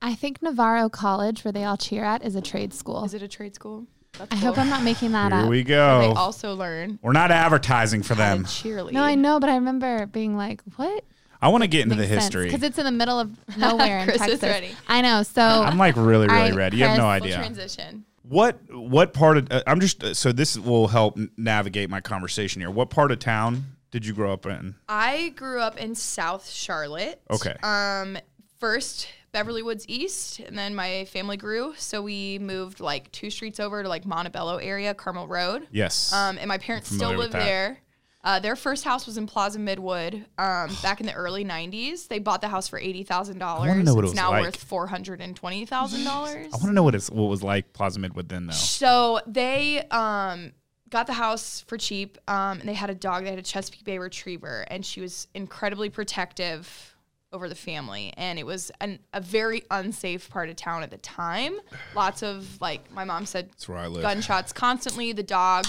[SPEAKER 2] I think Navarro College, where they all cheer at, is a trade school.
[SPEAKER 4] Is it a trade school? That's
[SPEAKER 2] I hope I'm not making that
[SPEAKER 1] here
[SPEAKER 2] up.
[SPEAKER 1] we
[SPEAKER 4] They
[SPEAKER 1] go.
[SPEAKER 4] also learn
[SPEAKER 1] We're not advertising for
[SPEAKER 4] how to
[SPEAKER 1] Oh. them.
[SPEAKER 4] cheerlead.
[SPEAKER 2] no, I know, but I remember being like, "What?"
[SPEAKER 1] I want to get into the history.
[SPEAKER 2] because it's in the middle of nowhere in
[SPEAKER 4] Chris is
[SPEAKER 2] Texas.
[SPEAKER 4] ready.
[SPEAKER 2] I know. So
[SPEAKER 1] I'm like really, really
[SPEAKER 2] I-
[SPEAKER 1] ready. You have no
[SPEAKER 2] Chris,
[SPEAKER 4] We'll
[SPEAKER 1] idea.
[SPEAKER 4] transition.
[SPEAKER 1] What what part of uh, I'm just uh, so this will help n- navigate my conversation here. What part of town did you grow up in?
[SPEAKER 4] I grew up in South Charlotte.
[SPEAKER 1] Okay.
[SPEAKER 4] Um, first Beverly Woods East, and then my family grew, so we moved like two streets over to like Montebello area, Carmel Road.
[SPEAKER 1] Yes.
[SPEAKER 4] Um, and my parents still
[SPEAKER 1] familiar with
[SPEAKER 4] live
[SPEAKER 1] that.
[SPEAKER 4] there. Uh, their first house was in Plaza Midwood um, back in the early '90s. They bought the house for eighty thousand
[SPEAKER 1] I wanna
[SPEAKER 4] dollars.
[SPEAKER 1] know
[SPEAKER 4] It's
[SPEAKER 1] what it was
[SPEAKER 4] now
[SPEAKER 1] like.
[SPEAKER 4] worth four hundred and twenty thousand dollars.
[SPEAKER 1] I want to know what it's what was like Plaza Midwood then though.
[SPEAKER 4] So they um, got the house for cheap, um, and they had a dog. They had a Chesapeake Bay Retriever, and she was incredibly protective over the family. And it was an, a very unsafe part of town at the time. Lots of like my mom said,
[SPEAKER 1] That's where I live.
[SPEAKER 4] gunshots constantly. The dog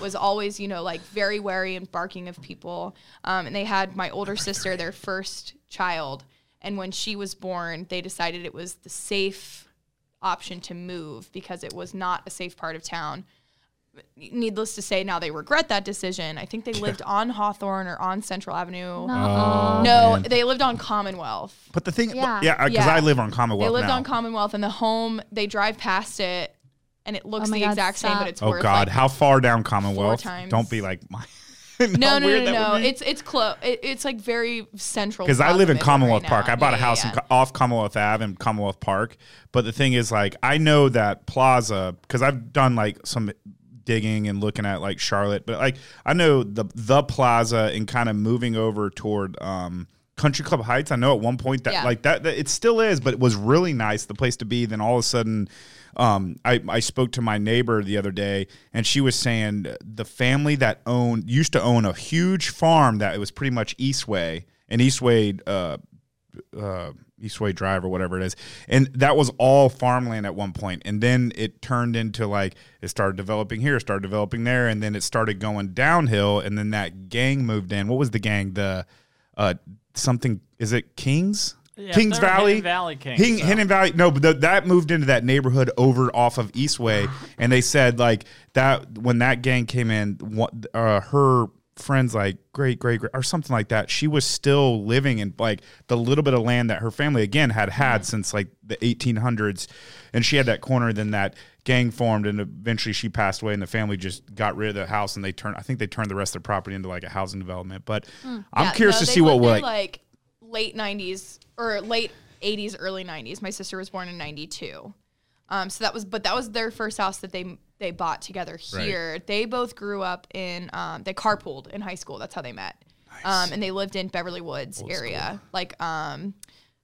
[SPEAKER 4] was always, you know, like very wary and barking of people. Um, and they had my older sister, their first child. And when she was born, they decided it was the safe option to move because it was not a safe part of town. Needless to say, now they regret that decision. I think they lived on Hawthorne or on Central Avenue.
[SPEAKER 2] Oh,
[SPEAKER 4] No,
[SPEAKER 2] Nuh-uh.
[SPEAKER 1] man.
[SPEAKER 4] they lived on Commonwealth.
[SPEAKER 1] But the thing, yeah,
[SPEAKER 2] Yeah.
[SPEAKER 1] yeah, because
[SPEAKER 4] Yeah.
[SPEAKER 1] I live on Commonwealth
[SPEAKER 4] They lived
[SPEAKER 1] now.
[SPEAKER 4] on Commonwealth, and the home they drive past it, and it looks
[SPEAKER 2] Oh my
[SPEAKER 4] the
[SPEAKER 2] God,
[SPEAKER 4] exact same,
[SPEAKER 2] stop.
[SPEAKER 4] but it's
[SPEAKER 1] oh
[SPEAKER 4] worth
[SPEAKER 1] God,
[SPEAKER 4] like
[SPEAKER 1] how far down Commonwealth?
[SPEAKER 4] times.
[SPEAKER 1] Don't be like my.
[SPEAKER 4] No, no, no, no. It's it's close. It, it's like very central.
[SPEAKER 1] because I
[SPEAKER 4] Plaza
[SPEAKER 1] live in
[SPEAKER 4] Midwood
[SPEAKER 1] Commonwealth
[SPEAKER 4] right
[SPEAKER 1] Park.
[SPEAKER 4] now.
[SPEAKER 1] I bought
[SPEAKER 4] Yeah,
[SPEAKER 1] a
[SPEAKER 4] yeah,
[SPEAKER 1] house
[SPEAKER 4] yeah.
[SPEAKER 1] in, off Commonwealth Ave in Commonwealth Park. But the thing is, like, I know that plaza because I've done like some digging and looking at like Charlotte, but like I know the the plaza and kind of moving over toward. um Country Club Heights. I know at one point that
[SPEAKER 4] Yeah.
[SPEAKER 1] like that, that it still is, but it was really nice, the place to be. Then all of a sudden, um, I, I spoke to my neighbor the other day, and she was saying the family that owned used to own a huge farm that it was pretty much Eastway and Eastway uh, uh, Eastway Drive or whatever it is, and that was all farmland at one point, and then it turned into like it started developing here, started developing there, and then it started going downhill, and then that gang moved in. What was the gang? The uh, something is it Kings?
[SPEAKER 3] Yeah,
[SPEAKER 1] Kings
[SPEAKER 3] they're
[SPEAKER 1] Valley,
[SPEAKER 3] Hidden Valley Kings,
[SPEAKER 1] Hing-
[SPEAKER 3] though.
[SPEAKER 1] Hidden Valley. No, but th- that moved into that neighborhood over off of Eastway, and they said like that when that gang came in, what uh, her friends like great great great or something like that. She was still living in like the little bit of land that her family again had had
[SPEAKER 4] Hmm.
[SPEAKER 1] since like the 1800s, and she had that corner. Then that gang formed, and eventually she passed away, and the family just got rid of the house, and they turned. I think they turned the rest of the property into like a housing development. But I'm
[SPEAKER 4] Hmm. Yeah,
[SPEAKER 1] curious
[SPEAKER 4] no,
[SPEAKER 1] to
[SPEAKER 4] they
[SPEAKER 1] see what
[SPEAKER 4] lived
[SPEAKER 1] will
[SPEAKER 4] there,
[SPEAKER 1] like.
[SPEAKER 4] like late '90s or late '80s, early '90s. My sister was born in '92, um, so that was but that was their first house that they they bought together
[SPEAKER 1] Right.
[SPEAKER 4] here. They both grew up in um, they carpooled in high school. That's how they met, um, and they lived in Beverly Woods area. Like um,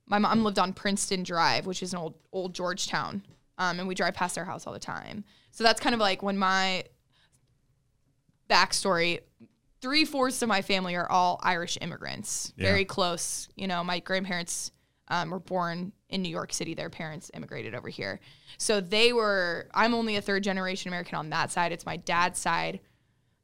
[SPEAKER 4] my mom lived on Princeton Drive, which is an old old Georgetown, um, and we drive past their house all the time. So that's kind of like when my backstory three fourths of my family are all Irish immigrants.
[SPEAKER 1] Yeah.
[SPEAKER 4] Very close. You know, my grandparents um, were born in New York City. Their parents immigrated over here. So they were, I'm only a third generation American on that side. It's my dad's side.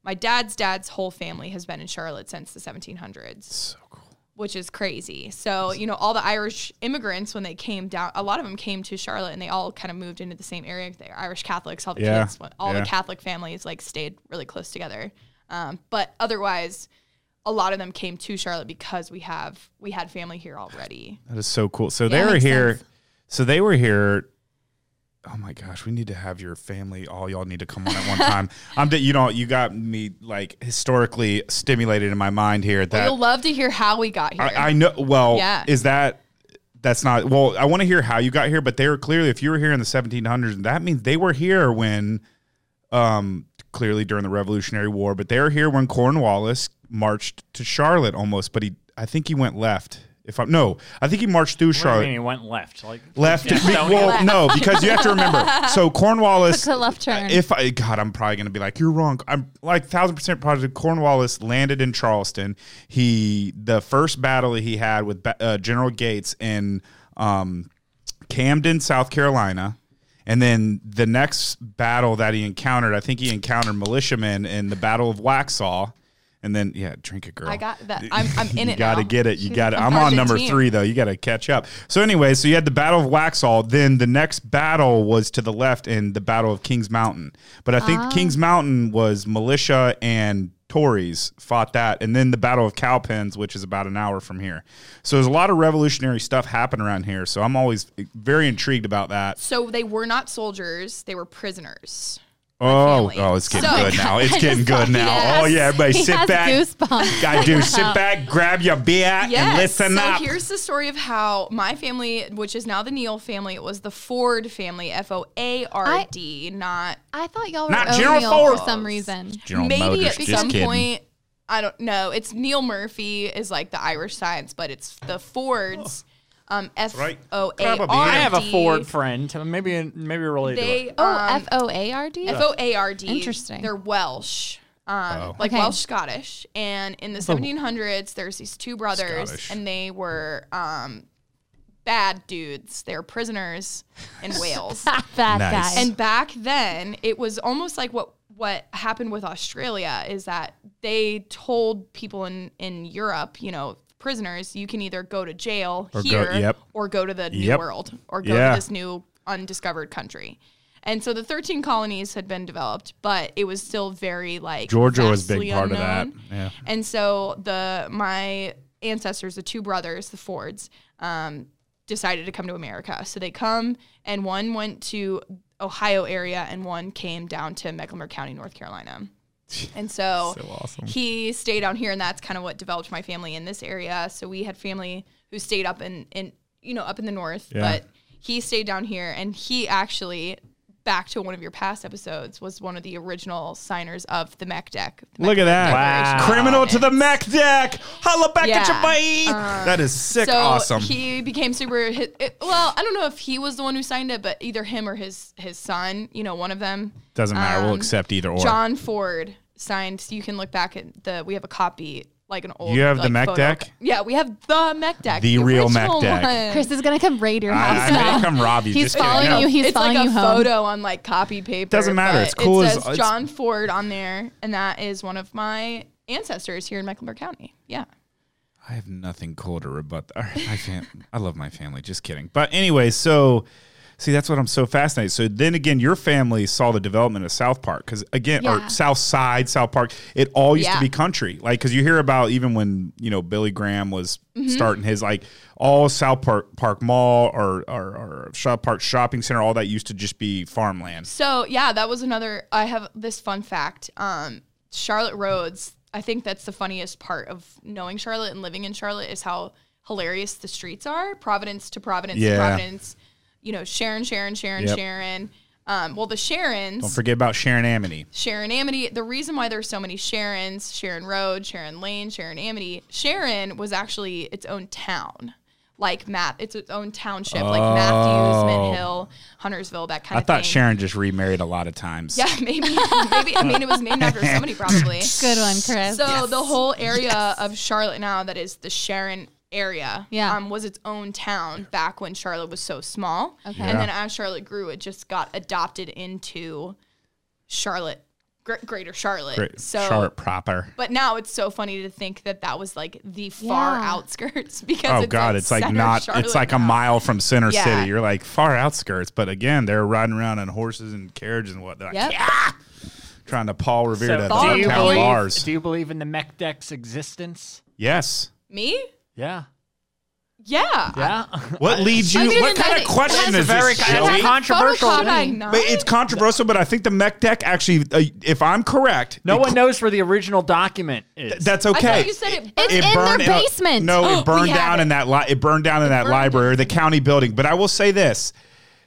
[SPEAKER 4] My dad's dad's whole family has been in Charlotte since the 1700s
[SPEAKER 1] so cool.
[SPEAKER 4] which is crazy. So, you know, all the Irish immigrants, when they came down, a lot of them came to Charlotte and they all kind of moved into the same area. They're Irish Catholics, all the
[SPEAKER 1] Yeah,
[SPEAKER 4] kids, all
[SPEAKER 1] yeah.
[SPEAKER 4] the Catholic families like stayed really close together. Um, but otherwise, a lot of them came to Charlotte because we have, we had family here already.
[SPEAKER 1] That is so cool. So they
[SPEAKER 2] Yeah,
[SPEAKER 1] were
[SPEAKER 2] makes
[SPEAKER 1] here.
[SPEAKER 2] sense.
[SPEAKER 1] So they were here. Oh my gosh, we need to have your family. All y'all need to come on at one time. I'm. d- You know, you got me like historically stimulated in my mind here. That
[SPEAKER 4] You'll love to hear how we got here.
[SPEAKER 1] I, I know. Well,
[SPEAKER 4] Yeah.
[SPEAKER 1] is that that's not well? I want to hear how you got here, but they were clearly if you were here in the 1700s, that means they were here when um clearly during the Revolutionary War, but they were here when Cornwallis marched to Charlotte almost, but he I think he went left. If I'm no, I think he marched through
[SPEAKER 3] What do you mean
[SPEAKER 1] Charlotte.
[SPEAKER 3] he went left? Like
[SPEAKER 1] Left. Be-
[SPEAKER 3] Yeah, Estonia?
[SPEAKER 1] well, no, because you have to remember. So Cornwallis
[SPEAKER 2] Took a left turn.
[SPEAKER 1] If I God, I'm probably gonna be like, you're wrong. I'm like thousand percent positive. Cornwallis landed in Charleston. He the first battle he had with Ba- uh, General Gates in um, Camden, South Carolina. And then the next battle that he encountered, I think he encountered militiamen in the Battle of Waxhaw. And then, yeah, drink it, girl.
[SPEAKER 4] I got that. I'm, I'm in
[SPEAKER 1] you
[SPEAKER 4] it.
[SPEAKER 1] gotta
[SPEAKER 4] now.
[SPEAKER 1] get it. You got it.
[SPEAKER 4] a
[SPEAKER 1] I'm on
[SPEAKER 4] Persian
[SPEAKER 1] number
[SPEAKER 4] team.
[SPEAKER 1] three though. You gotta catch up. So anyway, so you had the Battle of Waxhaw. Then the next battle was to the left in the Battle of Kings Mountain. But I
[SPEAKER 4] Ah.
[SPEAKER 1] think Kings Mountain was militia and Tories fought that, and then the Battle of Cowpens, which is about an hour from here. So there's a lot of revolutionary stuff happening around here. So I'm always very intrigued about that.
[SPEAKER 4] So they were not soldiers; they were prisoners.
[SPEAKER 1] Oh,
[SPEAKER 4] family.
[SPEAKER 1] oh, it's getting
[SPEAKER 4] So-
[SPEAKER 1] good now. It's getting good now.
[SPEAKER 2] Yes.
[SPEAKER 1] Oh yeah, everybody
[SPEAKER 2] He
[SPEAKER 1] sit
[SPEAKER 2] has
[SPEAKER 1] back.
[SPEAKER 2] Goosebumps.
[SPEAKER 1] I do. Sit back, grab your beer, and listen
[SPEAKER 4] so
[SPEAKER 1] up.
[SPEAKER 4] here's the story of how my family, which is now the Neal family, it was the Ford family, F O A R D, not
[SPEAKER 2] I thought y'all were
[SPEAKER 1] Not General
[SPEAKER 2] O'Neill
[SPEAKER 1] Ford.
[SPEAKER 2] for some reason.
[SPEAKER 1] General
[SPEAKER 4] maybe
[SPEAKER 1] Motors,
[SPEAKER 4] at
[SPEAKER 1] just
[SPEAKER 4] some
[SPEAKER 1] kidding.
[SPEAKER 4] point. I don't know. It's Neil Murphy is like the Irish science, but it's the Fords. Um, F
[SPEAKER 1] Oh. right.
[SPEAKER 4] O A R D.
[SPEAKER 1] Probably.
[SPEAKER 3] I have a Ford friend. Maybe maybe related. to it.
[SPEAKER 4] They
[SPEAKER 2] Oh,
[SPEAKER 4] um,
[SPEAKER 2] F O A R D.
[SPEAKER 4] F O A R D.
[SPEAKER 2] Interesting.
[SPEAKER 4] They're Welsh, um,
[SPEAKER 1] Oh.
[SPEAKER 4] like
[SPEAKER 2] Okay.
[SPEAKER 4] Welsh Scottish. And in the 1700s, there's these two brothers,
[SPEAKER 1] Scottish.
[SPEAKER 4] and they were um, bad dudes. They were prisoners in Wales.
[SPEAKER 2] Bad guys.
[SPEAKER 1] Nice.
[SPEAKER 2] And
[SPEAKER 4] And back then, it was almost like what what happened with Australia is that they told people in in Europe, you know, prisoners, you can either go to jail
[SPEAKER 1] Or go-
[SPEAKER 4] here
[SPEAKER 1] yep.
[SPEAKER 4] or go to the new
[SPEAKER 1] Yep.
[SPEAKER 4] world or go
[SPEAKER 1] Yeah.
[SPEAKER 4] to this new undiscovered country. And so the 13 colonies had been developed, but it was still very like
[SPEAKER 1] Georgia was a
[SPEAKER 4] vastly
[SPEAKER 1] big part of that.
[SPEAKER 4] unknown.
[SPEAKER 1] Yeah.
[SPEAKER 4] And so the my ancestors, the two brothers, the Fords, um, decided to come to America. So they come, and one went to Ohio area, and one came down to Mecklenburg County, North Carolina. And so,
[SPEAKER 1] So awesome.
[SPEAKER 4] he stayed down here, and that's kind of what developed my family in this area. So we had family who stayed up in, in you know up in the north,
[SPEAKER 1] Yeah.
[SPEAKER 4] but he stayed down here, and he actually. Back to one of your past episodes was one of the original signers of the Mac Deck. the Mech
[SPEAKER 1] Look at that.
[SPEAKER 3] Wow.
[SPEAKER 1] Criminal to the Mac deck. Holla back at
[SPEAKER 4] Yeah. Uh,
[SPEAKER 1] your buddy. that is sick
[SPEAKER 4] so
[SPEAKER 1] awesome.
[SPEAKER 4] he became super. hi it, well, I don't know if he was the one who signed it, but either him or his his son, you know, one of them.
[SPEAKER 1] Doesn't matter. we'll
[SPEAKER 4] um,
[SPEAKER 1] accept either or.
[SPEAKER 4] John Ford signed. So you can look back at the. We have a copy, like an old.
[SPEAKER 1] You have the
[SPEAKER 4] like,
[SPEAKER 1] mech
[SPEAKER 4] photo.
[SPEAKER 1] deck?
[SPEAKER 4] Yeah, we have the mech deck.
[SPEAKER 1] The real mech
[SPEAKER 4] original
[SPEAKER 1] deck.
[SPEAKER 4] one.
[SPEAKER 2] Chris is gonna come raid your house
[SPEAKER 1] I, I
[SPEAKER 2] now.
[SPEAKER 1] may come rob you.
[SPEAKER 2] He's
[SPEAKER 1] just kidding.
[SPEAKER 2] following
[SPEAKER 1] No.
[SPEAKER 2] you. He's
[SPEAKER 4] it's
[SPEAKER 2] following
[SPEAKER 4] like
[SPEAKER 2] you
[SPEAKER 4] a
[SPEAKER 2] home.
[SPEAKER 4] photo on like copy paper.
[SPEAKER 1] Doesn't matter.
[SPEAKER 4] but
[SPEAKER 1] It's cool
[SPEAKER 4] It
[SPEAKER 1] as-
[SPEAKER 4] says
[SPEAKER 1] it's-
[SPEAKER 4] John Ford on there, and that is one of my ancestors here in Mecklenburg County. Yeah.
[SPEAKER 1] I have nothing cool to rebut. All right, I can't. I love my family. Just kidding. But anyway, so see, that's what I'm so fascinated. So then again, your family saw the development of South Park because again,
[SPEAKER 2] Yeah.
[SPEAKER 1] or South Side, South Park. It all used to
[SPEAKER 4] Yeah.
[SPEAKER 1] be country, like because you hear about even when you know Billy Graham was
[SPEAKER 4] Mm-hmm.
[SPEAKER 1] starting his like all South Park Park Mall or or, or South Park Shopping Center, all that used to just be farmland.
[SPEAKER 4] So yeah, that was another. I have this fun fact. Um, Charlotte Rhodes. I think that's the funniest part of knowing Charlotte and living in Charlotte is how hilarious the streets are. Providence to Providence
[SPEAKER 1] Yeah.
[SPEAKER 4] to Providence. You know, Sharon, Sharon, Sharon,
[SPEAKER 1] Yep.
[SPEAKER 4] Sharon. Um, well, the Sharons.
[SPEAKER 1] Don't forget about Sharon Amity.
[SPEAKER 4] Sharon Amity. The reason why there's so many Sharons, Sharon Road, Sharon Lane, Sharon Amity. Sharon was actually its own town. Like Matt, it's its own township, like Matthews, Mint Hill, Huntersville, that
[SPEAKER 1] Oh.
[SPEAKER 4] kind
[SPEAKER 1] I
[SPEAKER 4] of
[SPEAKER 1] thought
[SPEAKER 4] thing.
[SPEAKER 1] Sharon just remarried a lot of times.
[SPEAKER 4] Yeah, maybe. Maybe I mean it was named after somebody probably.
[SPEAKER 2] Good one, Chris.
[SPEAKER 4] So the whole area of Charlotte now that is the Sharon area
[SPEAKER 2] Yeah.
[SPEAKER 4] um, was its own town back when Charlotte was so small.
[SPEAKER 2] Okay.
[SPEAKER 4] And then
[SPEAKER 1] Yeah.
[SPEAKER 4] as Charlotte grew, it just got adopted into Charlotte, gr- Greater Charlotte.
[SPEAKER 1] Great.
[SPEAKER 4] So
[SPEAKER 1] Charlotte proper.
[SPEAKER 4] But now it's so funny to think that that was like the far
[SPEAKER 2] Yeah.
[SPEAKER 4] outskirts because
[SPEAKER 1] Oh
[SPEAKER 4] it's
[SPEAKER 1] God,
[SPEAKER 4] like
[SPEAKER 1] it's like
[SPEAKER 4] center
[SPEAKER 1] not.
[SPEAKER 4] Charlotte
[SPEAKER 1] it's like a
[SPEAKER 4] now.
[SPEAKER 1] mile from center
[SPEAKER 4] Yeah.
[SPEAKER 1] city. You're like far outskirts, but again, they're riding around on horses and carriages and what. They're like,
[SPEAKER 4] Yep.
[SPEAKER 1] "Yeah!" trying to Paul Revere to
[SPEAKER 3] So
[SPEAKER 1] downtown
[SPEAKER 3] do, you believe,
[SPEAKER 1] bars.
[SPEAKER 3] do you believe in the mech deck's existence?
[SPEAKER 1] yes.
[SPEAKER 4] Me?
[SPEAKER 3] Yeah.
[SPEAKER 4] Yeah.
[SPEAKER 3] Yeah.
[SPEAKER 1] What leads you?
[SPEAKER 4] I mean,
[SPEAKER 1] what
[SPEAKER 4] and
[SPEAKER 1] kind
[SPEAKER 4] that
[SPEAKER 1] of
[SPEAKER 4] it-
[SPEAKER 1] question
[SPEAKER 4] that's
[SPEAKER 1] is
[SPEAKER 3] very
[SPEAKER 1] this,
[SPEAKER 3] kind of
[SPEAKER 1] Joey?
[SPEAKER 3] con- Controversial.
[SPEAKER 4] How could I not?
[SPEAKER 1] But it's controversial, but I think the mech deck actually, uh, if I'm correct,
[SPEAKER 3] no
[SPEAKER 1] it-
[SPEAKER 3] one knows where the original document is.
[SPEAKER 1] That's
[SPEAKER 4] I
[SPEAKER 1] okay.
[SPEAKER 4] thought you said it. Oh,
[SPEAKER 2] It's in their
[SPEAKER 1] out-
[SPEAKER 2] basement.
[SPEAKER 1] no,
[SPEAKER 4] We
[SPEAKER 1] it burned
[SPEAKER 4] have
[SPEAKER 1] down
[SPEAKER 4] it.
[SPEAKER 1] in that li- it burned down in that
[SPEAKER 4] burned
[SPEAKER 1] library, the county building. But I will say this: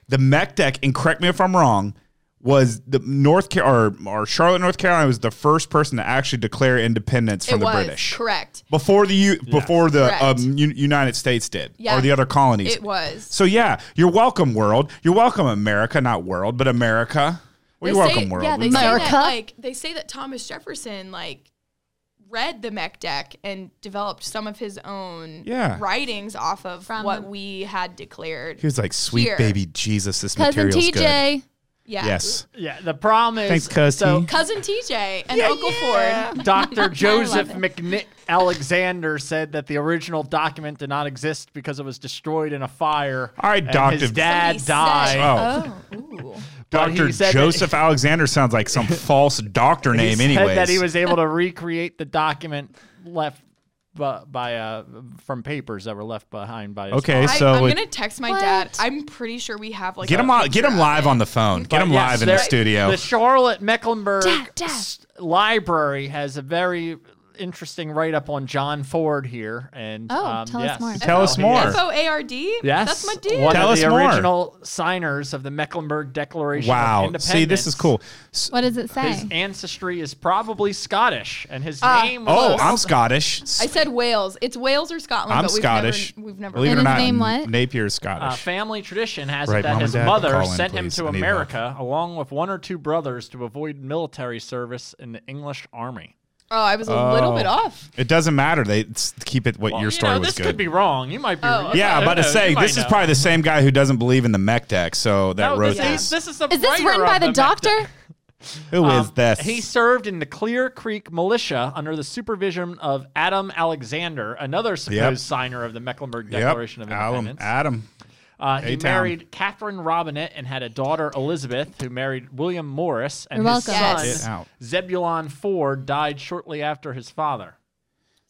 [SPEAKER 1] the mech deck, and correct me if I'm wrong, was the North Ca- or, or Charlotte, North Carolina was the first person to actually declare independence from
[SPEAKER 4] it
[SPEAKER 1] the
[SPEAKER 4] was
[SPEAKER 1] British.
[SPEAKER 4] correct.
[SPEAKER 1] Before the U- before the
[SPEAKER 4] Correct.
[SPEAKER 1] um, U- United States did
[SPEAKER 4] Yeah.
[SPEAKER 1] or the other colonies.
[SPEAKER 4] It was.
[SPEAKER 1] So yeah, you're welcome world. You're welcome America, not world, but America. Well,
[SPEAKER 4] They
[SPEAKER 1] you're
[SPEAKER 4] say-
[SPEAKER 1] welcome world.
[SPEAKER 4] Yeah, they
[SPEAKER 1] We-
[SPEAKER 4] say
[SPEAKER 2] America.
[SPEAKER 4] that like they say that Thomas Jefferson like read the Mech Deck and developed some of his own
[SPEAKER 1] Yeah.
[SPEAKER 4] writings off of
[SPEAKER 2] From
[SPEAKER 4] what
[SPEAKER 2] the-
[SPEAKER 4] we had declared.
[SPEAKER 1] he was like, "Sweet
[SPEAKER 4] Here.
[SPEAKER 1] baby Jesus, this
[SPEAKER 2] Cousin
[SPEAKER 1] material's good."
[SPEAKER 2] TJ.
[SPEAKER 4] Yeah.
[SPEAKER 1] Yes.
[SPEAKER 3] Yeah, the problem is
[SPEAKER 1] Thanks, cuz
[SPEAKER 3] so
[SPEAKER 1] T.
[SPEAKER 4] Cousin TJ and Uncle Ford.
[SPEAKER 3] Dr. Joseph McNitt Alexander said that the original document did not exist because it was destroyed in a fire.
[SPEAKER 1] All right,
[SPEAKER 3] and
[SPEAKER 1] Dr.
[SPEAKER 3] His dad
[SPEAKER 4] Somebody
[SPEAKER 3] died.
[SPEAKER 1] Oh.
[SPEAKER 4] Oh, ooh.
[SPEAKER 3] but he
[SPEAKER 1] Dr.
[SPEAKER 3] said that-
[SPEAKER 1] Joseph Alexander sounds like some false doctor
[SPEAKER 3] he
[SPEAKER 1] name
[SPEAKER 3] said
[SPEAKER 1] anyways.
[SPEAKER 3] that he was able to recreate the document left by, by uh, from papers that were left behind by his
[SPEAKER 1] Okay,
[SPEAKER 3] father.
[SPEAKER 4] I,
[SPEAKER 1] So
[SPEAKER 4] I'm
[SPEAKER 1] it-
[SPEAKER 4] gonna text my dad.
[SPEAKER 2] What?
[SPEAKER 4] I'm pretty sure we have like
[SPEAKER 1] get
[SPEAKER 4] a
[SPEAKER 1] him on, get
[SPEAKER 4] picture
[SPEAKER 1] him
[SPEAKER 4] of
[SPEAKER 1] live
[SPEAKER 4] it.
[SPEAKER 1] on the phone. Get him
[SPEAKER 3] But yes,
[SPEAKER 1] live in
[SPEAKER 3] there-
[SPEAKER 1] the studio.
[SPEAKER 3] The Charlotte Mecklenburg
[SPEAKER 2] Dad, Dad.
[SPEAKER 3] s- Library has a very interesting write up on John Ford here. And
[SPEAKER 2] Oh,
[SPEAKER 3] um,
[SPEAKER 2] tell us
[SPEAKER 3] yes.
[SPEAKER 2] more.
[SPEAKER 1] Tell us
[SPEAKER 3] He
[SPEAKER 1] more.
[SPEAKER 3] is-
[SPEAKER 4] F O A R D.
[SPEAKER 3] Yes,
[SPEAKER 4] that's my dude.
[SPEAKER 3] One
[SPEAKER 1] Tell
[SPEAKER 3] of
[SPEAKER 1] us
[SPEAKER 3] the
[SPEAKER 1] more.
[SPEAKER 3] original signers of the Mecklenburg Declaration. of
[SPEAKER 1] wow. See, this is
[SPEAKER 3] Independence.
[SPEAKER 1] cool. S-
[SPEAKER 2] What does it say?
[SPEAKER 3] His ancestry is probably Scottish, and his
[SPEAKER 4] Ah.
[SPEAKER 3] name.
[SPEAKER 1] Oh,
[SPEAKER 3] was-
[SPEAKER 1] I'm Scottish.
[SPEAKER 4] I said Wales. It's Wales or Scotland.
[SPEAKER 1] I'm
[SPEAKER 4] but we've
[SPEAKER 1] Scottish.
[SPEAKER 4] Never, we've never.
[SPEAKER 1] Believe it
[SPEAKER 2] And
[SPEAKER 1] or
[SPEAKER 2] his
[SPEAKER 1] not,
[SPEAKER 2] name what?
[SPEAKER 1] Napier's
[SPEAKER 3] Uh,
[SPEAKER 1] Scottish.
[SPEAKER 3] family tradition has
[SPEAKER 1] Right,
[SPEAKER 3] it that
[SPEAKER 1] Mom
[SPEAKER 3] his
[SPEAKER 1] and Dad,
[SPEAKER 3] mother
[SPEAKER 1] call in,
[SPEAKER 3] sent him
[SPEAKER 1] please.
[SPEAKER 3] to
[SPEAKER 1] I need help.
[SPEAKER 3] America along with one or two brothers to avoid military service in the English army.
[SPEAKER 4] oh, I was a little
[SPEAKER 1] Oh.
[SPEAKER 4] bit off.
[SPEAKER 1] it doesn't matter. They s- keep it what
[SPEAKER 3] Well,
[SPEAKER 1] your
[SPEAKER 3] you
[SPEAKER 1] story
[SPEAKER 3] know,
[SPEAKER 1] was
[SPEAKER 3] this
[SPEAKER 1] good.
[SPEAKER 3] could be wrong. You might be.
[SPEAKER 4] Oh, okay.
[SPEAKER 1] yeah, I'm
[SPEAKER 3] I
[SPEAKER 1] about to
[SPEAKER 3] don't know.
[SPEAKER 1] say
[SPEAKER 3] You might
[SPEAKER 1] this is
[SPEAKER 3] know.
[SPEAKER 1] probably the same guy who doesn't believe in the mech deck, so that
[SPEAKER 3] No,
[SPEAKER 1] wrote
[SPEAKER 3] this,
[SPEAKER 1] this.
[SPEAKER 3] Is, this is the
[SPEAKER 2] Is this
[SPEAKER 3] writer
[SPEAKER 2] written
[SPEAKER 3] of
[SPEAKER 2] by the
[SPEAKER 3] Mech
[SPEAKER 2] doctor?
[SPEAKER 3] Deck.
[SPEAKER 1] Who is
[SPEAKER 3] Um,
[SPEAKER 1] this?
[SPEAKER 3] He served in the Clear Creek Militia under the supervision of Adam Alexander, another supposed
[SPEAKER 1] Yep.
[SPEAKER 3] signer of the Mecklenburg
[SPEAKER 1] Yep,
[SPEAKER 3] Declaration of
[SPEAKER 1] Adam.
[SPEAKER 3] Independence.
[SPEAKER 1] Adam.
[SPEAKER 3] Uh, he
[SPEAKER 1] A-Town.
[SPEAKER 3] married Catherine Robinette and had a daughter, Elizabeth, who married William Morris. And
[SPEAKER 2] You're
[SPEAKER 3] his
[SPEAKER 2] welcome.
[SPEAKER 4] Yes.
[SPEAKER 1] Get
[SPEAKER 3] son,
[SPEAKER 1] out.
[SPEAKER 3] Zebulon Ford, died shortly after his father.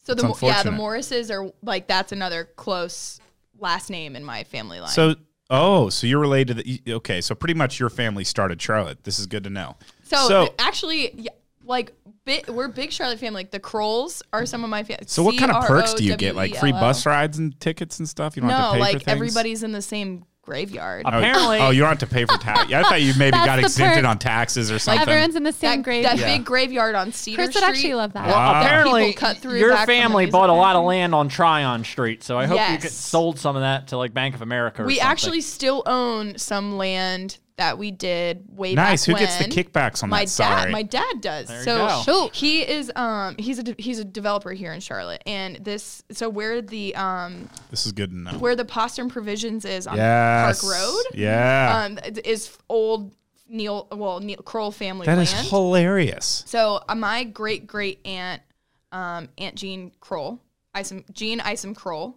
[SPEAKER 4] So the
[SPEAKER 1] It's
[SPEAKER 4] Mo- yeah, the
[SPEAKER 1] unfortunate.
[SPEAKER 4] Morrises are like that's another close last name in my family line.
[SPEAKER 1] So, oh, so you're related. To the, okay, so pretty much your family started Charlotte. This is good to know.
[SPEAKER 4] So, uh,
[SPEAKER 1] so,
[SPEAKER 4] th- actually, y- like bi- we're big Charlotte family. Like the Crolls are some of my family.
[SPEAKER 1] so what kind of perks do you get? Like free bus rides and tickets and stuff? You don't have to
[SPEAKER 4] E No,
[SPEAKER 1] pay for
[SPEAKER 4] like
[SPEAKER 1] things?
[SPEAKER 4] everybody's in the same graveyard.
[SPEAKER 1] Oh,
[SPEAKER 3] Apparently-
[SPEAKER 1] Oh, you don't have to pay for tax. Yeah, I thought you maybe
[SPEAKER 2] That's
[SPEAKER 1] got
[SPEAKER 2] the
[SPEAKER 1] exempted
[SPEAKER 2] perk.
[SPEAKER 1] on taxes or something.
[SPEAKER 2] Everyone's in the
[SPEAKER 4] that
[SPEAKER 2] same grade.
[SPEAKER 4] that
[SPEAKER 1] Yeah.
[SPEAKER 4] big graveyard on Cedar
[SPEAKER 2] Chris would
[SPEAKER 4] Street.
[SPEAKER 2] actually love that.
[SPEAKER 1] Wow. Uh,
[SPEAKER 3] Apparently,
[SPEAKER 4] people cut through
[SPEAKER 3] your
[SPEAKER 4] back from the
[SPEAKER 3] family
[SPEAKER 4] music
[SPEAKER 3] bought a lot of
[SPEAKER 4] factory.
[SPEAKER 3] land on Tryon Street, so I hope you
[SPEAKER 4] Yes.
[SPEAKER 3] get, sold some of that to like Bank of America. Or
[SPEAKER 4] We
[SPEAKER 3] something.
[SPEAKER 4] actually still own some land that we did way back
[SPEAKER 1] Nice. Who gets the
[SPEAKER 4] when.
[SPEAKER 1] kickbacks on
[SPEAKER 4] my
[SPEAKER 1] that? Sorry.
[SPEAKER 4] dad my dad does
[SPEAKER 3] you
[SPEAKER 4] so
[SPEAKER 3] go.
[SPEAKER 4] he is um he's a de- he's a developer here in charlotte and this so where the um
[SPEAKER 1] this is good to know.
[SPEAKER 4] where the postern provisions is on
[SPEAKER 1] Yes.
[SPEAKER 4] park road
[SPEAKER 1] Yeah.
[SPEAKER 4] um it is old neil well neil kroll family
[SPEAKER 1] that
[SPEAKER 4] land
[SPEAKER 1] is hilarious.
[SPEAKER 4] so uh, my great great aunt um aunt jean kroll isom jean isom kroll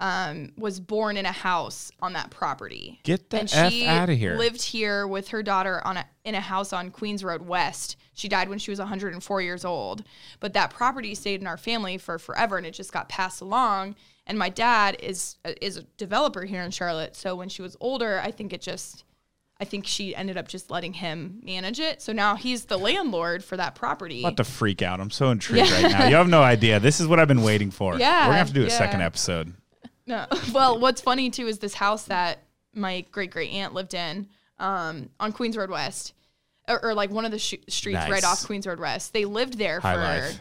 [SPEAKER 4] um, was born in a house on that property.
[SPEAKER 1] Get the
[SPEAKER 4] and
[SPEAKER 1] F
[SPEAKER 4] she
[SPEAKER 1] outta here.
[SPEAKER 4] Lived here with her daughter on a, in a house on Queens Road West. She died when she was 104 years old, but that property stayed in our family for forever, and it just got passed along. And my dad is uh, is a developer here in Charlotte, so when she was older, I think it just. I think she ended up just letting him manage it. So now he's the landlord for that property.
[SPEAKER 1] About to freak out. I'm so intrigued right now. You have no idea. This is what I've been waiting for. We're
[SPEAKER 4] Yeah,
[SPEAKER 1] gonna have to do a second
[SPEAKER 4] yeah.
[SPEAKER 1] episode.
[SPEAKER 4] No. Well, what's funny too is this house that my great great aunt lived in um, on Queens Road West, or, or like one of the sh- streets
[SPEAKER 1] Nice.
[SPEAKER 4] right off Queens Road West. They lived there
[SPEAKER 1] High
[SPEAKER 4] for,
[SPEAKER 1] life.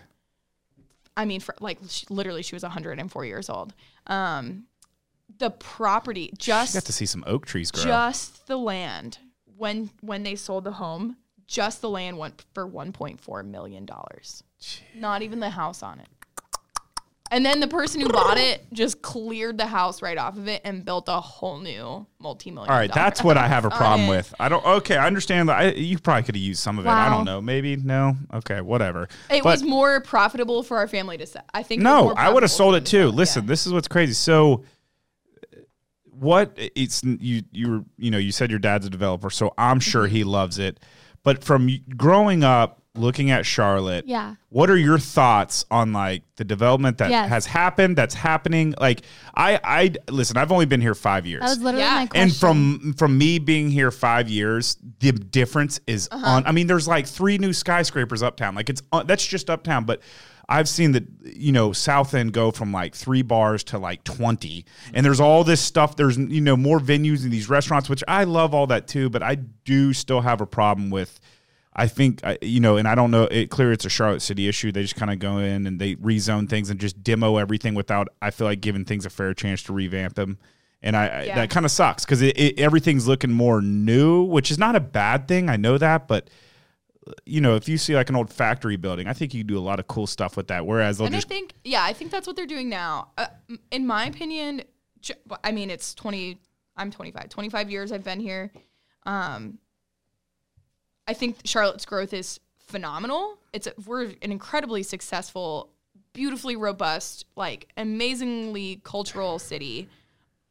[SPEAKER 4] I mean, for like sh- literally, she was 104 years old. Um, the property,
[SPEAKER 1] You got
[SPEAKER 4] just
[SPEAKER 1] to see some oak trees grow.
[SPEAKER 4] just the land when when they sold the home, just the land went for 1.4 million dollars. Not even the house on it. And then the person who bought it just cleared the house right off of it and built a whole new multi-million.
[SPEAKER 1] All right, that's what I have a problem
[SPEAKER 4] it.
[SPEAKER 1] with. I don't. Okay, I understand. that I, you probably could have used some of it. I
[SPEAKER 2] Wow.
[SPEAKER 1] don't know. Maybe no. Okay, whatever. But-
[SPEAKER 4] it was more profitable for our family to sell. I think. it was
[SPEAKER 1] No,
[SPEAKER 4] more
[SPEAKER 1] I would have
[SPEAKER 4] profitable
[SPEAKER 1] sold
[SPEAKER 4] for
[SPEAKER 1] it
[SPEAKER 4] them
[SPEAKER 1] too.
[SPEAKER 4] sell
[SPEAKER 1] Listen,
[SPEAKER 4] yeah.
[SPEAKER 1] this is what's crazy. So, uh, what it's you you were you know you said your dad's a developer, so I'm
[SPEAKER 4] Mm-hmm.
[SPEAKER 1] sure he loves it. But from y- growing up, looking at Charlotte,
[SPEAKER 2] Yeah.
[SPEAKER 1] What are your thoughts on like the development that
[SPEAKER 2] Yes.
[SPEAKER 1] has happened, that's happening? Like, I I listen. I've only been here five years.
[SPEAKER 2] That was literally
[SPEAKER 4] Yeah.
[SPEAKER 2] my
[SPEAKER 4] And
[SPEAKER 2] question.
[SPEAKER 1] And from from me being here five years, the
[SPEAKER 2] Uh-huh.
[SPEAKER 1] difference is on. I mean, there's like three new skyscrapers uptown. Like it's on, that's uh, just uptown, but I've seen that you know South End go from like three bars to like twenty, and there's all this stuff. There's you know more venues and these restaurants, which I love all that too. But I do still have a problem with. I think I- you know, and I don't know. It clear it's a Charlotte City issue. They just kind of go in and they rezone things and just demo everything without. I feel like giving things a fair chance to revamp them, and I I
[SPEAKER 4] Yeah.
[SPEAKER 1] that kind of sucks because it, it, everything's looking more new, which is not a bad thing. I know that, but you know, if you see like an old factory building, I think you can do a lot of cool stuff with that. Whereas they'll
[SPEAKER 4] And I
[SPEAKER 1] just
[SPEAKER 4] think, yeah, I think that's what they're doing now. Uh, m- in my opinion, j- well, I mean, it's 20, I'm 25, 25 years I've been here. Um, I think Charlotte's growth is phenomenal. It's a, we're an incredibly successful, beautifully robust, like amazingly cultural city.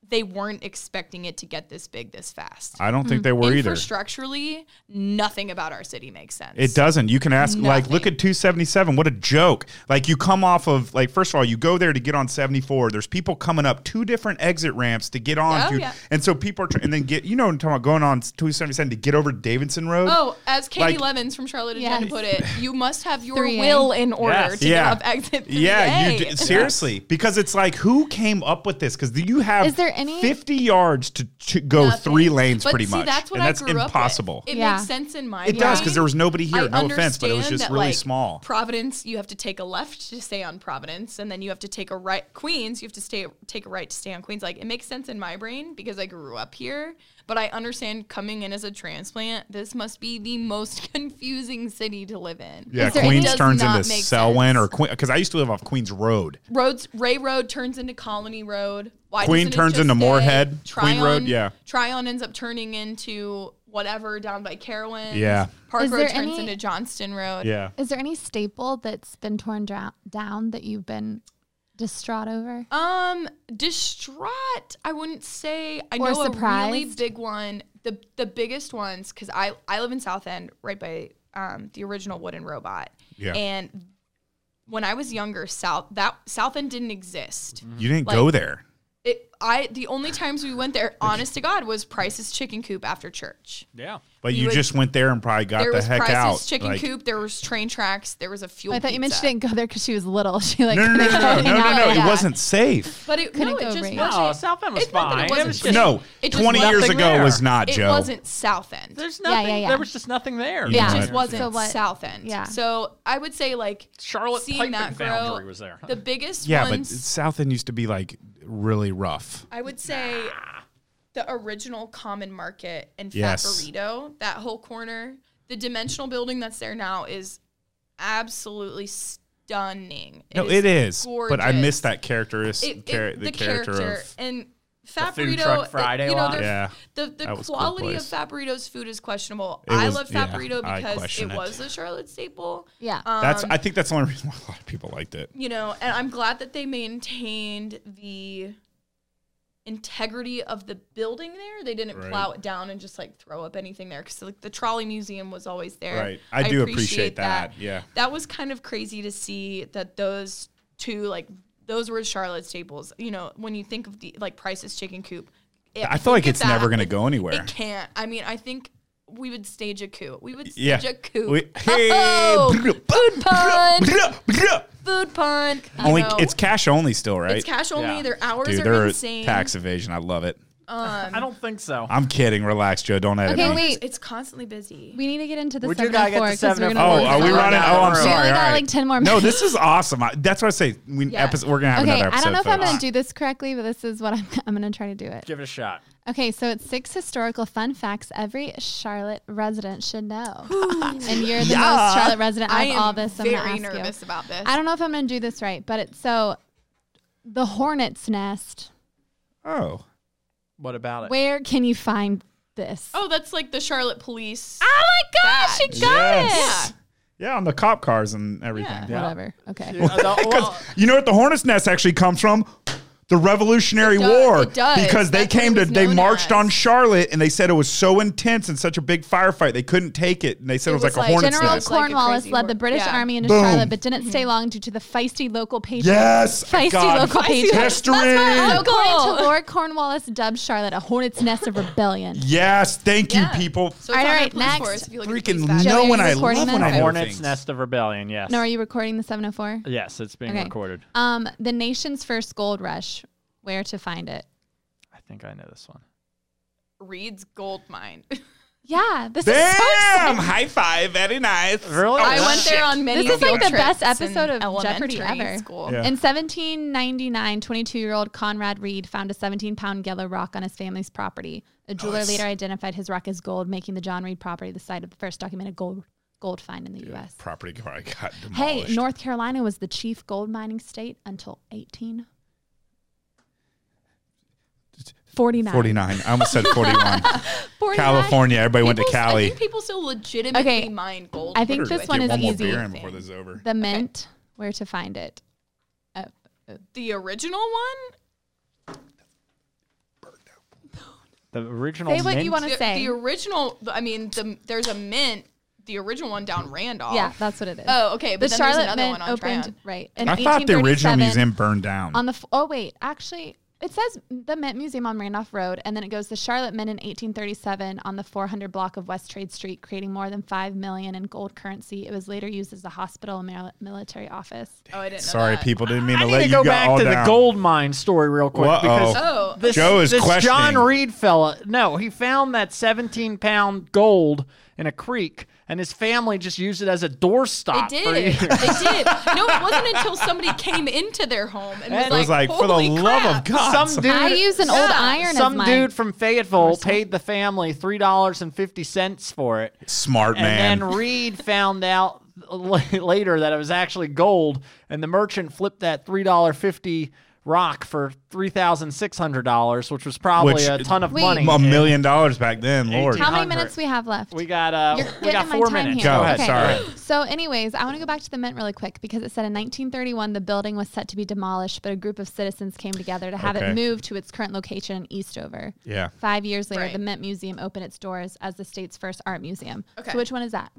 [SPEAKER 4] They weren't expecting it to get this big this fast.
[SPEAKER 1] I don't think
[SPEAKER 4] mm-hmm.
[SPEAKER 1] they were either.
[SPEAKER 4] Infrastructurally, nothing about our city makes sense.
[SPEAKER 1] It doesn't. You can ask like look
[SPEAKER 4] Nothing.
[SPEAKER 1] at 277. What a joke. Like you come off of like first of all, you go there to get on 74. There's people coming up two different exit ramps to get on
[SPEAKER 4] Oh,
[SPEAKER 1] to
[SPEAKER 4] yeah.
[SPEAKER 1] and so people are trying and then get you know what I'm talking about going on 277 to get over to Davidson Road.
[SPEAKER 4] Oh, as Katie
[SPEAKER 1] Like-
[SPEAKER 4] Levins from Charlotte and
[SPEAKER 2] Yes.
[SPEAKER 4] Jen put it, you must have your
[SPEAKER 2] 3A.
[SPEAKER 4] will in order
[SPEAKER 3] Yes.
[SPEAKER 4] to
[SPEAKER 1] Yeah.
[SPEAKER 4] get up exit 3A.
[SPEAKER 1] Yeah, you d- seriously because it's like who came up with this? Because you have
[SPEAKER 2] Is there any-
[SPEAKER 1] fifty yards to, to go
[SPEAKER 4] Nothing.
[SPEAKER 1] three lanes
[SPEAKER 4] But
[SPEAKER 1] pretty
[SPEAKER 4] see,
[SPEAKER 1] much,
[SPEAKER 4] That's what
[SPEAKER 1] and
[SPEAKER 4] I
[SPEAKER 1] that's
[SPEAKER 4] grew up with.
[SPEAKER 1] impossible.
[SPEAKER 4] It
[SPEAKER 2] Yeah.
[SPEAKER 4] makes sense in my
[SPEAKER 1] It does
[SPEAKER 4] mind.
[SPEAKER 1] because there was nobody here.
[SPEAKER 4] I
[SPEAKER 1] no offense, but it was
[SPEAKER 4] understand
[SPEAKER 1] just
[SPEAKER 4] that,
[SPEAKER 1] really
[SPEAKER 4] like,
[SPEAKER 1] small.
[SPEAKER 4] Providence, you have to take a left to stay on Providence, and then you have to take a right. Queens, you have to stay take a right to stay on Queens. Like it makes sense in my brain because I grew up here, but I understand coming in as a transplant, this must be the most confusing city to live in.
[SPEAKER 1] Yeah,
[SPEAKER 2] Is there any-
[SPEAKER 1] Queens
[SPEAKER 4] Does
[SPEAKER 1] turns
[SPEAKER 4] not
[SPEAKER 1] into
[SPEAKER 4] make
[SPEAKER 1] Selwyn
[SPEAKER 4] sense.
[SPEAKER 1] or Queen because I used to live off Queens Road.
[SPEAKER 4] Roads Ray Road turns into Colony Road. Why
[SPEAKER 1] Queen
[SPEAKER 4] doesn't it
[SPEAKER 1] turns
[SPEAKER 4] just
[SPEAKER 1] into
[SPEAKER 4] say
[SPEAKER 1] Moorhead. Queen Road, yeah.
[SPEAKER 4] Tryon ends up turning into whatever down by Carolyn.
[SPEAKER 1] Yeah.
[SPEAKER 4] Park
[SPEAKER 2] Is
[SPEAKER 4] Road
[SPEAKER 2] there
[SPEAKER 4] turns
[SPEAKER 2] any-
[SPEAKER 4] into Johnston Road.
[SPEAKER 1] Yeah,
[SPEAKER 2] Is there any staple that's been torn down, down that you've been distraught over?
[SPEAKER 4] Um, distraught. I wouldn't say. I
[SPEAKER 2] Or
[SPEAKER 4] know a really
[SPEAKER 2] surprised?
[SPEAKER 4] big one. The the biggest ones because I I live in South End, right by um the original Wooden Robot.
[SPEAKER 1] Yeah.
[SPEAKER 4] And when I was younger, South that South End didn't exist.
[SPEAKER 1] you didn't
[SPEAKER 4] Like-
[SPEAKER 1] go there.
[SPEAKER 4] It I the only times we went there, honest to God, was Price's Chicken Coop after church.
[SPEAKER 3] Yeah.
[SPEAKER 1] But
[SPEAKER 4] You
[SPEAKER 1] you
[SPEAKER 4] would-
[SPEAKER 1] just went there and probably got
[SPEAKER 4] There
[SPEAKER 1] the
[SPEAKER 4] was
[SPEAKER 1] heck
[SPEAKER 4] Price's
[SPEAKER 1] out.
[SPEAKER 4] Chicken
[SPEAKER 1] like-
[SPEAKER 4] Coop. There was train tracks. There was a fuel.
[SPEAKER 2] I thought you mentioned
[SPEAKER 4] Oh, pizza.
[SPEAKER 2] she didn't go there because she was little. She like
[SPEAKER 1] No, no, no, no,
[SPEAKER 2] couldn't
[SPEAKER 1] no, no,
[SPEAKER 2] hang
[SPEAKER 1] no,
[SPEAKER 2] out.
[SPEAKER 1] no, no, It
[SPEAKER 2] Yeah.
[SPEAKER 1] wasn't safe.
[SPEAKER 4] But it
[SPEAKER 2] Couldn't
[SPEAKER 4] no,
[SPEAKER 2] go
[SPEAKER 4] it just
[SPEAKER 2] right.
[SPEAKER 4] wasn't.
[SPEAKER 3] No, South End was
[SPEAKER 4] it's not that
[SPEAKER 3] fine.
[SPEAKER 4] It
[SPEAKER 3] It
[SPEAKER 4] wasn't
[SPEAKER 3] was just-
[SPEAKER 4] safe.
[SPEAKER 1] No,
[SPEAKER 4] It just
[SPEAKER 1] twenty years
[SPEAKER 4] wasn't
[SPEAKER 1] ago
[SPEAKER 3] there.
[SPEAKER 1] was not
[SPEAKER 4] It
[SPEAKER 1] Joe.
[SPEAKER 4] wasn't South End.
[SPEAKER 3] There's
[SPEAKER 2] Yeah, yeah,
[SPEAKER 3] nothing.
[SPEAKER 2] yeah.
[SPEAKER 3] There was just nothing there.
[SPEAKER 1] Yeah.
[SPEAKER 4] It
[SPEAKER 1] Right.
[SPEAKER 4] just wasn't
[SPEAKER 2] So what-
[SPEAKER 4] South End.
[SPEAKER 2] yeah.
[SPEAKER 4] So I would say like
[SPEAKER 3] Charlotte
[SPEAKER 4] seeing
[SPEAKER 3] Pipe
[SPEAKER 4] that
[SPEAKER 3] and
[SPEAKER 4] grow.
[SPEAKER 3] Foundry was there.
[SPEAKER 4] The biggest
[SPEAKER 1] Yeah, but
[SPEAKER 4] ones.
[SPEAKER 1] South End used to be like really rough.
[SPEAKER 4] I would say the original Common Market and Fat
[SPEAKER 1] Yes.
[SPEAKER 4] Burrito, that whole corner. The dimensional building that's there now is absolutely stunning.
[SPEAKER 1] no, it is. But I
[SPEAKER 4] gorgeous.
[SPEAKER 1] miss that characteristic,
[SPEAKER 4] It- it-
[SPEAKER 1] char- the, character, of.
[SPEAKER 4] and Fat
[SPEAKER 3] food
[SPEAKER 4] Burrito.
[SPEAKER 3] truck
[SPEAKER 4] it-
[SPEAKER 3] Friday
[SPEAKER 4] you know,
[SPEAKER 3] lot.
[SPEAKER 4] their-
[SPEAKER 1] Yeah,
[SPEAKER 4] The, the
[SPEAKER 1] that was a cool
[SPEAKER 4] quality of
[SPEAKER 1] place.
[SPEAKER 4] Fat Burrito's food is questionable.
[SPEAKER 1] It
[SPEAKER 4] I
[SPEAKER 1] was-
[SPEAKER 4] love Fat
[SPEAKER 1] yeah,
[SPEAKER 4] Burrito
[SPEAKER 1] I
[SPEAKER 4] because
[SPEAKER 1] question
[SPEAKER 4] it
[SPEAKER 1] it.
[SPEAKER 4] was a Charlotte staple.
[SPEAKER 2] Yeah.
[SPEAKER 1] That's.
[SPEAKER 4] Um,
[SPEAKER 1] I think that's the only reason why a lot of people liked it.
[SPEAKER 4] you know, and I'm glad that they maintained the integrity of the building there. They didn't
[SPEAKER 1] Right.
[SPEAKER 4] plow it down and just like throw up anything there because like the trolley museum was always there.
[SPEAKER 1] Right. I, do appreciate, that. Yeah.
[SPEAKER 4] That was kind of crazy to see that those two like those were Charlotte staples. You know, when you think of the like Price's Chicken Coop, it-
[SPEAKER 1] I feel like
[SPEAKER 4] look at
[SPEAKER 1] it's never
[SPEAKER 4] that.
[SPEAKER 1] going to go anywhere.
[SPEAKER 4] It can't. I mean, I think we would stage a coup. We would stage
[SPEAKER 1] Yeah.
[SPEAKER 4] a coup.
[SPEAKER 1] We- hey,
[SPEAKER 4] Oh,
[SPEAKER 1] brr,
[SPEAKER 4] food pun.
[SPEAKER 1] Only
[SPEAKER 4] Food pun. You know.
[SPEAKER 1] it's cash only still, right?
[SPEAKER 4] It's cash only.
[SPEAKER 3] Yeah.
[SPEAKER 4] Their hours
[SPEAKER 1] Dude,
[SPEAKER 4] are
[SPEAKER 1] they're
[SPEAKER 4] insane.
[SPEAKER 1] tax evasion. I love it.
[SPEAKER 3] I don't think so.
[SPEAKER 1] I'm kidding. Relax, Joe. Don't edit
[SPEAKER 2] Okay,
[SPEAKER 1] me.
[SPEAKER 2] wait.
[SPEAKER 4] It's constantly busy.
[SPEAKER 2] We need to get into the
[SPEAKER 3] We do
[SPEAKER 2] seven
[SPEAKER 3] gotta
[SPEAKER 2] hundred
[SPEAKER 3] get
[SPEAKER 2] four
[SPEAKER 3] to
[SPEAKER 2] because we're gonna.
[SPEAKER 3] 704.
[SPEAKER 1] Oh,
[SPEAKER 2] lose
[SPEAKER 1] are we
[SPEAKER 2] the-
[SPEAKER 1] running? Oh, I'm
[SPEAKER 3] We
[SPEAKER 1] sorry.
[SPEAKER 2] only
[SPEAKER 1] All
[SPEAKER 2] got,
[SPEAKER 1] right.
[SPEAKER 2] like, 10 more
[SPEAKER 1] No,
[SPEAKER 2] minutes.
[SPEAKER 1] this is awesome. I, that's what I say. We,
[SPEAKER 4] Yeah.
[SPEAKER 1] episode, we're gonna have
[SPEAKER 2] Okay,
[SPEAKER 1] another
[SPEAKER 2] I
[SPEAKER 1] episode.
[SPEAKER 2] don't know if I'm
[SPEAKER 1] folks.
[SPEAKER 2] gonna do this correctly, but this is what I'm. I'm gonna try to do it.
[SPEAKER 3] Give it a shot.
[SPEAKER 2] Okay, so it's six historical fun facts every Charlotte resident should know, and you're the most Charlotte resident out
[SPEAKER 4] I
[SPEAKER 2] of
[SPEAKER 4] am
[SPEAKER 2] all this. I'm
[SPEAKER 4] very
[SPEAKER 2] gonna ask you.
[SPEAKER 4] nervous about this.
[SPEAKER 2] I don't know if I'm gonna do this right, but it's so the hornet's nest.
[SPEAKER 1] Oh,
[SPEAKER 3] What about it?
[SPEAKER 2] Where can you find this?
[SPEAKER 4] oh, that's like the Charlotte police.
[SPEAKER 2] Oh my gosh,
[SPEAKER 4] Badge.
[SPEAKER 2] you got
[SPEAKER 1] Yes. yeah, on the cop cars and everything.
[SPEAKER 2] it! Whatever. Okay.
[SPEAKER 3] Yeah, the- well,
[SPEAKER 1] You know what the hornet's nest actually comes from? the Revolutionary
[SPEAKER 4] It does-
[SPEAKER 1] War
[SPEAKER 4] it does.
[SPEAKER 1] because they
[SPEAKER 4] That's what
[SPEAKER 1] came
[SPEAKER 4] it
[SPEAKER 1] to
[SPEAKER 4] was
[SPEAKER 1] they
[SPEAKER 4] known
[SPEAKER 1] marched
[SPEAKER 4] as.
[SPEAKER 1] on Charlotte and they said it was so intense and such a big firefight they couldn't take it and they said it,
[SPEAKER 4] It
[SPEAKER 1] was, like
[SPEAKER 4] was
[SPEAKER 1] a
[SPEAKER 4] like
[SPEAKER 1] hornet's
[SPEAKER 4] General
[SPEAKER 1] nest.
[SPEAKER 4] Clark- like a
[SPEAKER 2] Cornwallis
[SPEAKER 4] crazy
[SPEAKER 2] led
[SPEAKER 4] war-
[SPEAKER 2] the British
[SPEAKER 4] Yeah.
[SPEAKER 2] army into
[SPEAKER 1] Boom.
[SPEAKER 2] Charlotte, but didn't stay long due to the feisty local patriots.
[SPEAKER 1] Yes,
[SPEAKER 2] Feisty
[SPEAKER 1] God.
[SPEAKER 2] local patriots.
[SPEAKER 1] History.
[SPEAKER 2] That's
[SPEAKER 4] uncle-
[SPEAKER 2] why
[SPEAKER 4] Cool.
[SPEAKER 2] According to Lord Cornwallis, dubbed Charlotte a hornet's nest of rebellion.
[SPEAKER 1] Yes, thank you,
[SPEAKER 4] Yeah.
[SPEAKER 1] people.
[SPEAKER 4] So
[SPEAKER 2] All right,
[SPEAKER 4] it's on our police
[SPEAKER 2] next.
[SPEAKER 4] force if you look at the
[SPEAKER 1] Freaking
[SPEAKER 4] police badge.
[SPEAKER 1] know
[SPEAKER 2] Joey,
[SPEAKER 1] when
[SPEAKER 2] you
[SPEAKER 1] I
[SPEAKER 2] recording
[SPEAKER 1] love when
[SPEAKER 2] this?
[SPEAKER 1] I know
[SPEAKER 3] Hornets
[SPEAKER 1] things.
[SPEAKER 3] Nest of Rebellion. Yes.
[SPEAKER 2] No, are you recording the 704?
[SPEAKER 3] yes, it's being
[SPEAKER 2] Okay.
[SPEAKER 3] recorded.
[SPEAKER 2] Um, the nation's first gold rush. Where to find it?
[SPEAKER 3] I think I know this one.
[SPEAKER 4] Reed's gold mine.
[SPEAKER 2] Yeah, this is so
[SPEAKER 1] Damn! High five. Very nice.
[SPEAKER 3] Really?
[SPEAKER 4] I
[SPEAKER 3] Oh,
[SPEAKER 4] went there
[SPEAKER 1] shit.
[SPEAKER 4] on many.
[SPEAKER 2] This is like
[SPEAKER 4] field
[SPEAKER 2] the best
[SPEAKER 4] trips in
[SPEAKER 2] episode of
[SPEAKER 4] elementary
[SPEAKER 2] Jeopardy ever.
[SPEAKER 4] School.
[SPEAKER 1] Yeah.
[SPEAKER 2] In 1799, 22 year old Conrad Reed found a 17 pound yellow rock on his family's property. A jeweler
[SPEAKER 1] Nice.
[SPEAKER 2] later identified his rock as gold, making the John Reed property the site of the first documented gold gold find in the U.S.
[SPEAKER 1] Property car I got
[SPEAKER 2] Hey,
[SPEAKER 1] demolished.
[SPEAKER 2] North Carolina was the chief gold mining state until 1849.
[SPEAKER 1] 49. I almost said 41.
[SPEAKER 2] 49.
[SPEAKER 1] California. Everybody went to
[SPEAKER 4] People- I
[SPEAKER 1] Cali.
[SPEAKER 4] think people still legitimately
[SPEAKER 2] Okay.
[SPEAKER 4] mine gold.
[SPEAKER 2] I think
[SPEAKER 1] Better
[SPEAKER 2] this
[SPEAKER 1] get
[SPEAKER 2] one is
[SPEAKER 1] one more
[SPEAKER 2] easy.
[SPEAKER 1] beer in before this is over.
[SPEAKER 2] The mint, where to find it?
[SPEAKER 4] the original one.
[SPEAKER 3] The original.
[SPEAKER 2] Say what you
[SPEAKER 3] mint?
[SPEAKER 2] want to
[SPEAKER 4] The,
[SPEAKER 2] say.
[SPEAKER 4] the original. I mean, the, there's a mint. The original one down Randolph.
[SPEAKER 2] Yeah, that's what it is.
[SPEAKER 4] Oh, okay.
[SPEAKER 2] the
[SPEAKER 4] But then there's
[SPEAKER 2] Charlotte
[SPEAKER 4] another
[SPEAKER 2] Mint
[SPEAKER 4] one on
[SPEAKER 2] opened
[SPEAKER 4] Tryon.
[SPEAKER 2] right. In
[SPEAKER 1] I thought the original
[SPEAKER 2] 1837
[SPEAKER 1] museum burned down.
[SPEAKER 2] on the f- oh wait actually it says the Mint Museum on Randolph Road and then it goes to Charlotte Mint in 1837 on the 400 block of West Trade Street creating more than 5 million in gold currency. It was later used as a hospital and mil- military office.
[SPEAKER 4] Oh, I didn't. know
[SPEAKER 1] Sorry,
[SPEAKER 4] that.
[SPEAKER 1] people. Didn't mean
[SPEAKER 3] I
[SPEAKER 1] to
[SPEAKER 3] need
[SPEAKER 1] let
[SPEAKER 3] to
[SPEAKER 1] you
[SPEAKER 3] go
[SPEAKER 1] go all
[SPEAKER 3] back to the
[SPEAKER 1] down.
[SPEAKER 3] gold mine story real quick
[SPEAKER 1] Whoa.
[SPEAKER 3] because
[SPEAKER 4] Oh,
[SPEAKER 3] this,
[SPEAKER 1] Joe is
[SPEAKER 3] this John
[SPEAKER 1] questioning.
[SPEAKER 3] Reed fella. No, he found that 17 pound gold in a creek, and his family just used it as a doorstop.
[SPEAKER 4] They
[SPEAKER 3] for
[SPEAKER 4] did.
[SPEAKER 3] years.
[SPEAKER 4] They did. No, it wasn't until somebody came into their home and
[SPEAKER 1] It
[SPEAKER 3] And-
[SPEAKER 1] was like, for the
[SPEAKER 4] "Holy
[SPEAKER 1] love of
[SPEAKER 4] crap."
[SPEAKER 1] God.
[SPEAKER 3] Some
[SPEAKER 1] some-
[SPEAKER 3] dude.
[SPEAKER 2] I use an old
[SPEAKER 4] Yeah.
[SPEAKER 2] iron as
[SPEAKER 3] some
[SPEAKER 2] my
[SPEAKER 3] dude from Fayetteville paid the family three dollars and fifty cents for it,
[SPEAKER 1] smart man.
[SPEAKER 3] and then Reed found out la- later that it was actually gold, and the merchant flipped that three dollar fifty rock for three thousand six hundred dollars, which was probably
[SPEAKER 1] Which-
[SPEAKER 3] a ton of
[SPEAKER 2] Wait.
[SPEAKER 3] money.
[SPEAKER 1] a million dollars back then, Lord.
[SPEAKER 2] How many
[SPEAKER 3] 100.
[SPEAKER 2] minutes we have left?
[SPEAKER 3] We got uh,
[SPEAKER 2] You're
[SPEAKER 3] we got
[SPEAKER 2] getting in my
[SPEAKER 3] four
[SPEAKER 2] time
[SPEAKER 3] minutes.
[SPEAKER 2] here.
[SPEAKER 1] Go,
[SPEAKER 2] Okay.
[SPEAKER 1] sorry.
[SPEAKER 2] So, anyways, I want to go back to the mint really quick because it said in 1931 the building was set to be demolished, but a group of citizens came together to have
[SPEAKER 1] Okay.
[SPEAKER 2] it moved to its current location in Eastover.
[SPEAKER 1] Yeah.
[SPEAKER 2] Five years later,
[SPEAKER 4] Right.
[SPEAKER 2] the Mint Museum opened its doors as the state's first art museum.
[SPEAKER 4] Okay.
[SPEAKER 2] So, which one is that?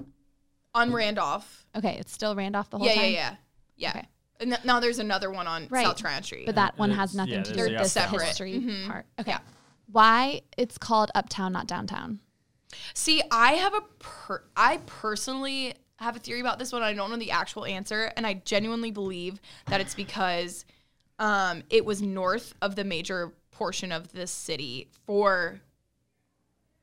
[SPEAKER 4] on Randolph.
[SPEAKER 2] Okay, it's still Randolph the whole
[SPEAKER 4] Yeah, yeah,
[SPEAKER 2] time.
[SPEAKER 4] yeah, yeah.
[SPEAKER 2] Okay.
[SPEAKER 4] And th- now there's another one on
[SPEAKER 2] Right.
[SPEAKER 4] South Tryon Street.
[SPEAKER 2] But that one has
[SPEAKER 3] It's-
[SPEAKER 2] nothing
[SPEAKER 3] yeah,
[SPEAKER 2] to
[SPEAKER 3] they're
[SPEAKER 2] do with this
[SPEAKER 4] separate.
[SPEAKER 2] history
[SPEAKER 4] Mhm.
[SPEAKER 2] part. Okay.
[SPEAKER 4] Yeah.
[SPEAKER 2] Why it's called Uptown, not Downtown?
[SPEAKER 4] See, I have a per- I personally have a theory about this one. I don't know the actual answer, and I genuinely believe that it's because um, it was north of the major portion of the city for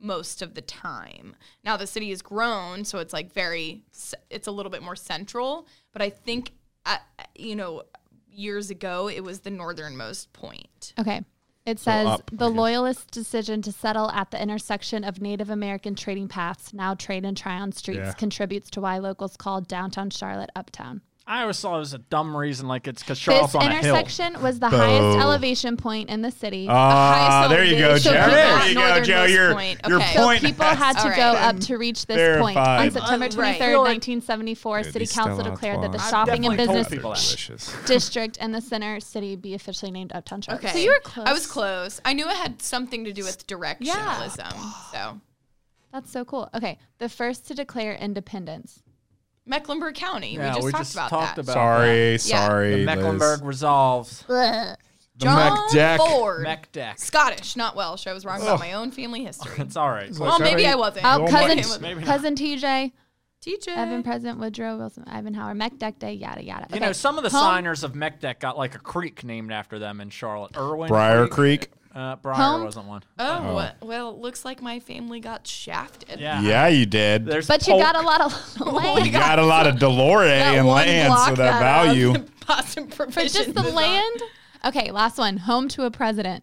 [SPEAKER 4] most of the time. Now the city has grown, so it's like very c- it's a little bit more central, but I think uh you know years ago it was the northernmost point.
[SPEAKER 2] Okay. It says
[SPEAKER 1] up,
[SPEAKER 2] the Loyalist decision to settle at the intersection of Native American trading paths, now trade and Tryon streets,
[SPEAKER 1] Yeah.
[SPEAKER 2] contributes to why locals call downtown Charlotte Uptown.
[SPEAKER 3] I always thought it was a dumb reason, like it's because
[SPEAKER 2] This
[SPEAKER 3] Charlotte's on a hill.
[SPEAKER 2] intersection was the
[SPEAKER 1] Boo.
[SPEAKER 2] highest elevation point in the city.
[SPEAKER 1] Ah,
[SPEAKER 4] highest
[SPEAKER 1] there you go,
[SPEAKER 4] elevation
[SPEAKER 1] Joe.
[SPEAKER 2] of
[SPEAKER 1] There
[SPEAKER 2] that
[SPEAKER 1] you go,
[SPEAKER 4] northernmost
[SPEAKER 1] Joe. Your,
[SPEAKER 4] point.
[SPEAKER 1] your
[SPEAKER 4] Okay.
[SPEAKER 2] So
[SPEAKER 1] point.
[SPEAKER 2] people had to
[SPEAKER 4] All
[SPEAKER 2] go
[SPEAKER 4] right.
[SPEAKER 2] up to reach this point.
[SPEAKER 1] Verified.
[SPEAKER 2] On September
[SPEAKER 4] Uh,
[SPEAKER 2] 23rd,
[SPEAKER 4] right.
[SPEAKER 2] 1974, City
[SPEAKER 1] these still
[SPEAKER 2] Council
[SPEAKER 1] out
[SPEAKER 2] declared that the
[SPEAKER 1] tomorrow.
[SPEAKER 2] shopping and
[SPEAKER 3] definitely told
[SPEAKER 2] business
[SPEAKER 3] people that.
[SPEAKER 1] Delicious.
[SPEAKER 2] district and the center city be officially named Uptown Charlotte.
[SPEAKER 4] Okay.
[SPEAKER 2] So you were close.
[SPEAKER 4] I was close. I knew it had something to do with directionalism. So
[SPEAKER 2] That's so cool. Okay. The first to declare independence.
[SPEAKER 4] Mecklenburg County.
[SPEAKER 3] Yeah,
[SPEAKER 4] we just
[SPEAKER 3] we
[SPEAKER 4] talked
[SPEAKER 3] just
[SPEAKER 4] about
[SPEAKER 3] talked
[SPEAKER 4] that.
[SPEAKER 3] about-
[SPEAKER 1] Sorry,
[SPEAKER 4] The
[SPEAKER 1] sorry.
[SPEAKER 3] The
[SPEAKER 1] Liz.
[SPEAKER 3] Mecklenburg resolves.
[SPEAKER 1] The Mech Deck.
[SPEAKER 4] Ford.
[SPEAKER 3] Mech deck.
[SPEAKER 4] Scottish, not Welsh. I was wrong about my own family history.
[SPEAKER 3] It's all right.
[SPEAKER 4] well, maybe
[SPEAKER 1] Sorry.
[SPEAKER 4] I wasn't.
[SPEAKER 2] Oh,
[SPEAKER 1] my
[SPEAKER 2] cousin,
[SPEAKER 1] goodness.
[SPEAKER 3] Maybe not.
[SPEAKER 2] cousin TJ,
[SPEAKER 4] TJ.
[SPEAKER 2] Evan, President Woodrow Wilson, Eisenhower, Mech Deck Day, yada yada.
[SPEAKER 3] You
[SPEAKER 2] Okay.
[SPEAKER 3] know, some of the
[SPEAKER 2] Home-
[SPEAKER 3] signers of Mech Deck got like a creek named after them in Charlotte. Irwin.
[SPEAKER 1] Briar Creek.
[SPEAKER 3] Uh, Briar
[SPEAKER 2] Home-
[SPEAKER 3] wasn't one.
[SPEAKER 4] oh, well- well, looks like my family got shafted.
[SPEAKER 3] Yeah.
[SPEAKER 1] Yeah, you did.
[SPEAKER 3] There's
[SPEAKER 2] But you got a
[SPEAKER 3] Polk.
[SPEAKER 2] lot of
[SPEAKER 3] Oh,
[SPEAKER 1] you
[SPEAKER 2] land.
[SPEAKER 1] got a lot of Delore and land, so that value.
[SPEAKER 4] Boston
[SPEAKER 2] But
[SPEAKER 4] provision.
[SPEAKER 2] just the
[SPEAKER 4] is on.
[SPEAKER 2] land. Okay, last one. Home to a president.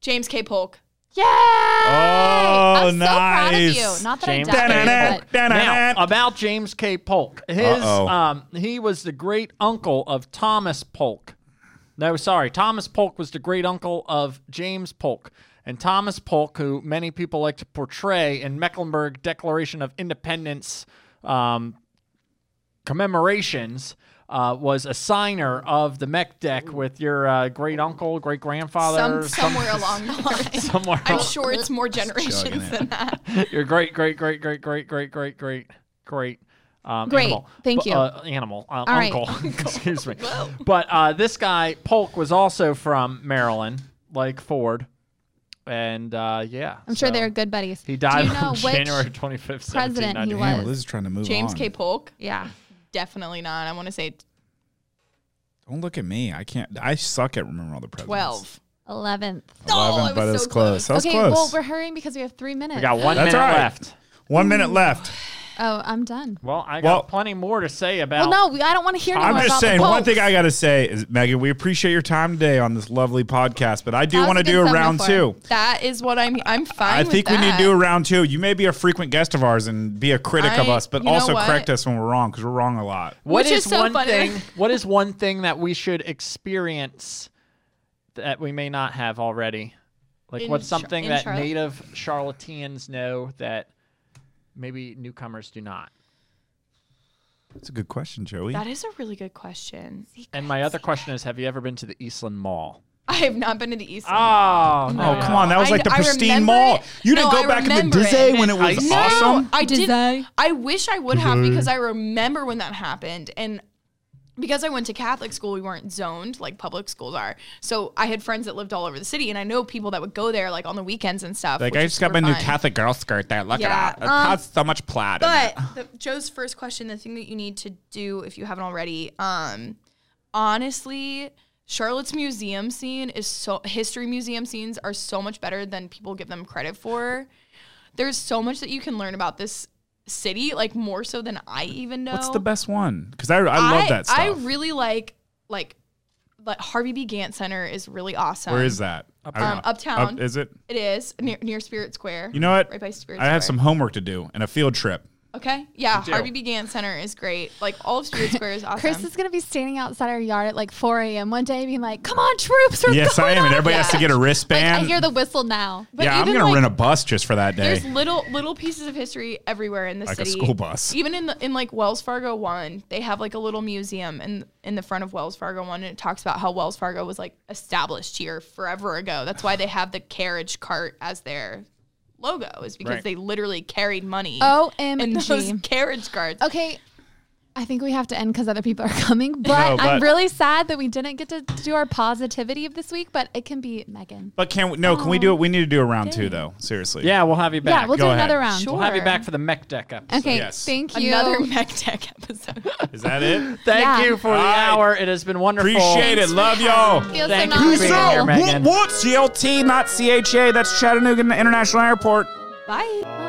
[SPEAKER 4] James K. Polk.
[SPEAKER 2] Yay!
[SPEAKER 1] Oh,
[SPEAKER 2] I'm so proud of
[SPEAKER 1] nice.
[SPEAKER 2] you. Not that
[SPEAKER 3] James
[SPEAKER 2] I doubt
[SPEAKER 1] Da-na-na,
[SPEAKER 2] it, but
[SPEAKER 1] da-na-na.
[SPEAKER 3] Now about James K. Polk. His
[SPEAKER 1] Uh-oh.
[SPEAKER 3] um, he was the great uncle of Thomas Polk. No, sorry, Thomas Polk was the great uncle of James Polk. And Thomas Polk, who many people like to portray in Mecklenburg Declaration of Independence um, commemorations, uh, was a signer of the mech deck with your uh, great uncle, great grandfather,
[SPEAKER 4] Some, somewhere along the line.
[SPEAKER 3] somewhere.
[SPEAKER 4] I'm sure it's more
[SPEAKER 1] Chugging
[SPEAKER 4] generations
[SPEAKER 1] it.
[SPEAKER 4] than that.
[SPEAKER 3] You're great, great, great, great, great, great, great, great, great. Um,
[SPEAKER 2] Great.
[SPEAKER 3] Animal.
[SPEAKER 2] Thank
[SPEAKER 3] Bu-
[SPEAKER 2] you.
[SPEAKER 3] Uh, animal. Uh,
[SPEAKER 2] All right.
[SPEAKER 3] uncle. Excuse me. But uh, this guy, Polk, was also from Maryland, like Ford. And uh, yeah.
[SPEAKER 2] I'm sure
[SPEAKER 3] so
[SPEAKER 2] they're good buddies.
[SPEAKER 3] He died
[SPEAKER 2] Do you know
[SPEAKER 3] on
[SPEAKER 2] which
[SPEAKER 3] January 25th,
[SPEAKER 2] president he
[SPEAKER 3] 1790.
[SPEAKER 2] was?
[SPEAKER 1] Damn, Liz is trying to move
[SPEAKER 4] James
[SPEAKER 1] on.
[SPEAKER 4] K. Polk?
[SPEAKER 2] Yeah.
[SPEAKER 4] Definitely not. I want to say
[SPEAKER 1] Don't look at me. I can't. I suck at remembering all the presidents.
[SPEAKER 4] 12.
[SPEAKER 2] 11th.
[SPEAKER 4] Oh, I
[SPEAKER 1] Eleven,
[SPEAKER 4] was
[SPEAKER 1] but
[SPEAKER 4] so
[SPEAKER 1] it's close.
[SPEAKER 4] close.
[SPEAKER 1] That's
[SPEAKER 2] okay,
[SPEAKER 1] close.
[SPEAKER 2] well, we're hurrying because we have three minutes.
[SPEAKER 3] We got one
[SPEAKER 1] That's
[SPEAKER 3] minute
[SPEAKER 1] all right.
[SPEAKER 3] left.
[SPEAKER 1] One
[SPEAKER 4] Hmm.
[SPEAKER 1] minute left.
[SPEAKER 2] Oh, I'm done.
[SPEAKER 3] Well, I got
[SPEAKER 1] Well-
[SPEAKER 3] plenty more to say about.
[SPEAKER 2] Well, no, we, I don't want to hear. No
[SPEAKER 1] I'm
[SPEAKER 2] more
[SPEAKER 1] just
[SPEAKER 2] about the
[SPEAKER 1] saying one
[SPEAKER 2] Pope.
[SPEAKER 1] thing I got to say is Megan, we appreciate your time today on this lovely podcast, but I
[SPEAKER 2] That
[SPEAKER 1] do
[SPEAKER 2] was
[SPEAKER 1] want
[SPEAKER 2] a
[SPEAKER 1] to
[SPEAKER 2] good
[SPEAKER 1] do a
[SPEAKER 2] thumbnail
[SPEAKER 1] round
[SPEAKER 2] for
[SPEAKER 1] two.
[SPEAKER 4] That is what I'm. I'm fine.
[SPEAKER 1] I
[SPEAKER 4] with
[SPEAKER 1] think we need to
[SPEAKER 4] that.
[SPEAKER 1] do a round two. You may be a frequent guest of ours and be a critic of
[SPEAKER 4] I-
[SPEAKER 1] us, but
[SPEAKER 4] you know
[SPEAKER 1] also
[SPEAKER 4] what?
[SPEAKER 1] correct us when we're wrong because we're wrong a lot.
[SPEAKER 3] What
[SPEAKER 4] Which is so
[SPEAKER 3] one
[SPEAKER 4] funny.
[SPEAKER 3] thing? What is one thing that we should experience that we may not have already? Like,
[SPEAKER 4] In
[SPEAKER 3] what's
[SPEAKER 4] Char-
[SPEAKER 3] something
[SPEAKER 4] in
[SPEAKER 3] that
[SPEAKER 4] Charlotte?
[SPEAKER 3] native charlatans know that maybe newcomers do not?
[SPEAKER 1] That's a good question, Joey.
[SPEAKER 4] That is a really good question.
[SPEAKER 3] And my other question is, have you ever been to the Eastland Mall?
[SPEAKER 4] I have not been to the East.
[SPEAKER 3] Oh,
[SPEAKER 1] Oh, come on. That was
[SPEAKER 4] I-
[SPEAKER 1] like the
[SPEAKER 4] I
[SPEAKER 1] pristine
[SPEAKER 4] remember
[SPEAKER 1] mall.
[SPEAKER 4] it.
[SPEAKER 1] You didn't
[SPEAKER 4] No,
[SPEAKER 1] go
[SPEAKER 4] I
[SPEAKER 1] back in the
[SPEAKER 4] remember it.
[SPEAKER 1] Disney when it was
[SPEAKER 3] I know.
[SPEAKER 1] awesome. Mm-hmm.
[SPEAKER 4] I
[SPEAKER 2] Design.
[SPEAKER 4] did. I wish I would have because I remember when that happened and. Because I went to Catholic school, we weren't zoned like public schools are. So I had friends that lived all over the city, and I know people that would go there like on the weekends and stuff.
[SPEAKER 1] Like,
[SPEAKER 4] which
[SPEAKER 1] I
[SPEAKER 4] is
[SPEAKER 1] just got my
[SPEAKER 4] super
[SPEAKER 1] new
[SPEAKER 4] fun.
[SPEAKER 1] Catholic girl skirt there. Look
[SPEAKER 4] Yeah,
[SPEAKER 1] at that. It
[SPEAKER 4] um,
[SPEAKER 1] has so much plaid. in it.
[SPEAKER 4] But the, Joe's first question, the thing that you need to do if you haven't already, um, honestly, Charlotte's museum scene is so history museum scenes are so much better than people give them credit for. There's so much that you can learn about this city, like more so than I even know.
[SPEAKER 1] what's the best one? Because I, I love that stuff.
[SPEAKER 4] I really like like like Harvey B. Gantt Center is really awesome.
[SPEAKER 1] Where is that? I-
[SPEAKER 4] Um, Uptown.
[SPEAKER 1] Up- is it?
[SPEAKER 4] it is near, near Spirit Square.
[SPEAKER 1] You know what?
[SPEAKER 4] Right by Spirit
[SPEAKER 1] I have
[SPEAKER 4] Square.
[SPEAKER 1] some homework to do and a field trip.
[SPEAKER 4] Okay. Yeah.
[SPEAKER 3] do.
[SPEAKER 4] Harvey B. Gantt Center is great. Like all of Spirit Square is awesome.
[SPEAKER 2] Chris is gonna be standing outside our yard at like 4 a.m. one day, being like, "Come on, troops!" We're
[SPEAKER 1] Yes, I
[SPEAKER 2] going
[SPEAKER 1] am. And
[SPEAKER 2] up."
[SPEAKER 1] everybody has to get a
[SPEAKER 2] Like, I
[SPEAKER 1] wristband.
[SPEAKER 2] hear the whistle now.
[SPEAKER 4] But
[SPEAKER 1] yeah, I'm
[SPEAKER 4] even,
[SPEAKER 1] going to
[SPEAKER 4] like,
[SPEAKER 1] rent a bus just for that day.
[SPEAKER 4] There's little little pieces of history everywhere in the
[SPEAKER 1] Like a
[SPEAKER 4] city.
[SPEAKER 1] school bus.
[SPEAKER 4] Even in the in like Wells Fargo one, they have like a little museum in in the front of Wells Fargo one, and it talks about how Wells Fargo was like established here forever ago. That's why they have the carriage cart as their logo, is because
[SPEAKER 3] Right.
[SPEAKER 4] they literally carried money in those
[SPEAKER 2] Omg.
[SPEAKER 4] carriage carts.
[SPEAKER 2] Okay. I think we have to end because other people are coming. But, I'm
[SPEAKER 1] but-
[SPEAKER 2] really sad that we didn't get to do our positivity of this week. But it can be Megan.
[SPEAKER 1] But can we, no, can we do it? We need to do a round
[SPEAKER 4] Oh.
[SPEAKER 1] two, though. Seriously.
[SPEAKER 3] Yeah, we'll have you back.
[SPEAKER 2] yeah, we'll
[SPEAKER 1] go
[SPEAKER 2] do
[SPEAKER 1] ahead.
[SPEAKER 2] another round.
[SPEAKER 3] We'll have you back for the mech deck episode.
[SPEAKER 2] Okay.
[SPEAKER 1] Yes.
[SPEAKER 2] Thank you.
[SPEAKER 4] Another Mech Tech episode.
[SPEAKER 1] Is that it?
[SPEAKER 3] Thank
[SPEAKER 2] Yeah.
[SPEAKER 3] you for the
[SPEAKER 1] All right.
[SPEAKER 3] hour. It has been wonderful.
[SPEAKER 1] Appreciate it. Love y'all. E
[SPEAKER 2] Feels
[SPEAKER 3] Thank
[SPEAKER 2] so
[SPEAKER 3] you for
[SPEAKER 2] nice.
[SPEAKER 3] being here, Megan.
[SPEAKER 1] What, what? CLT, not CHA. That's Chattanooga International Airport.
[SPEAKER 2] Bye.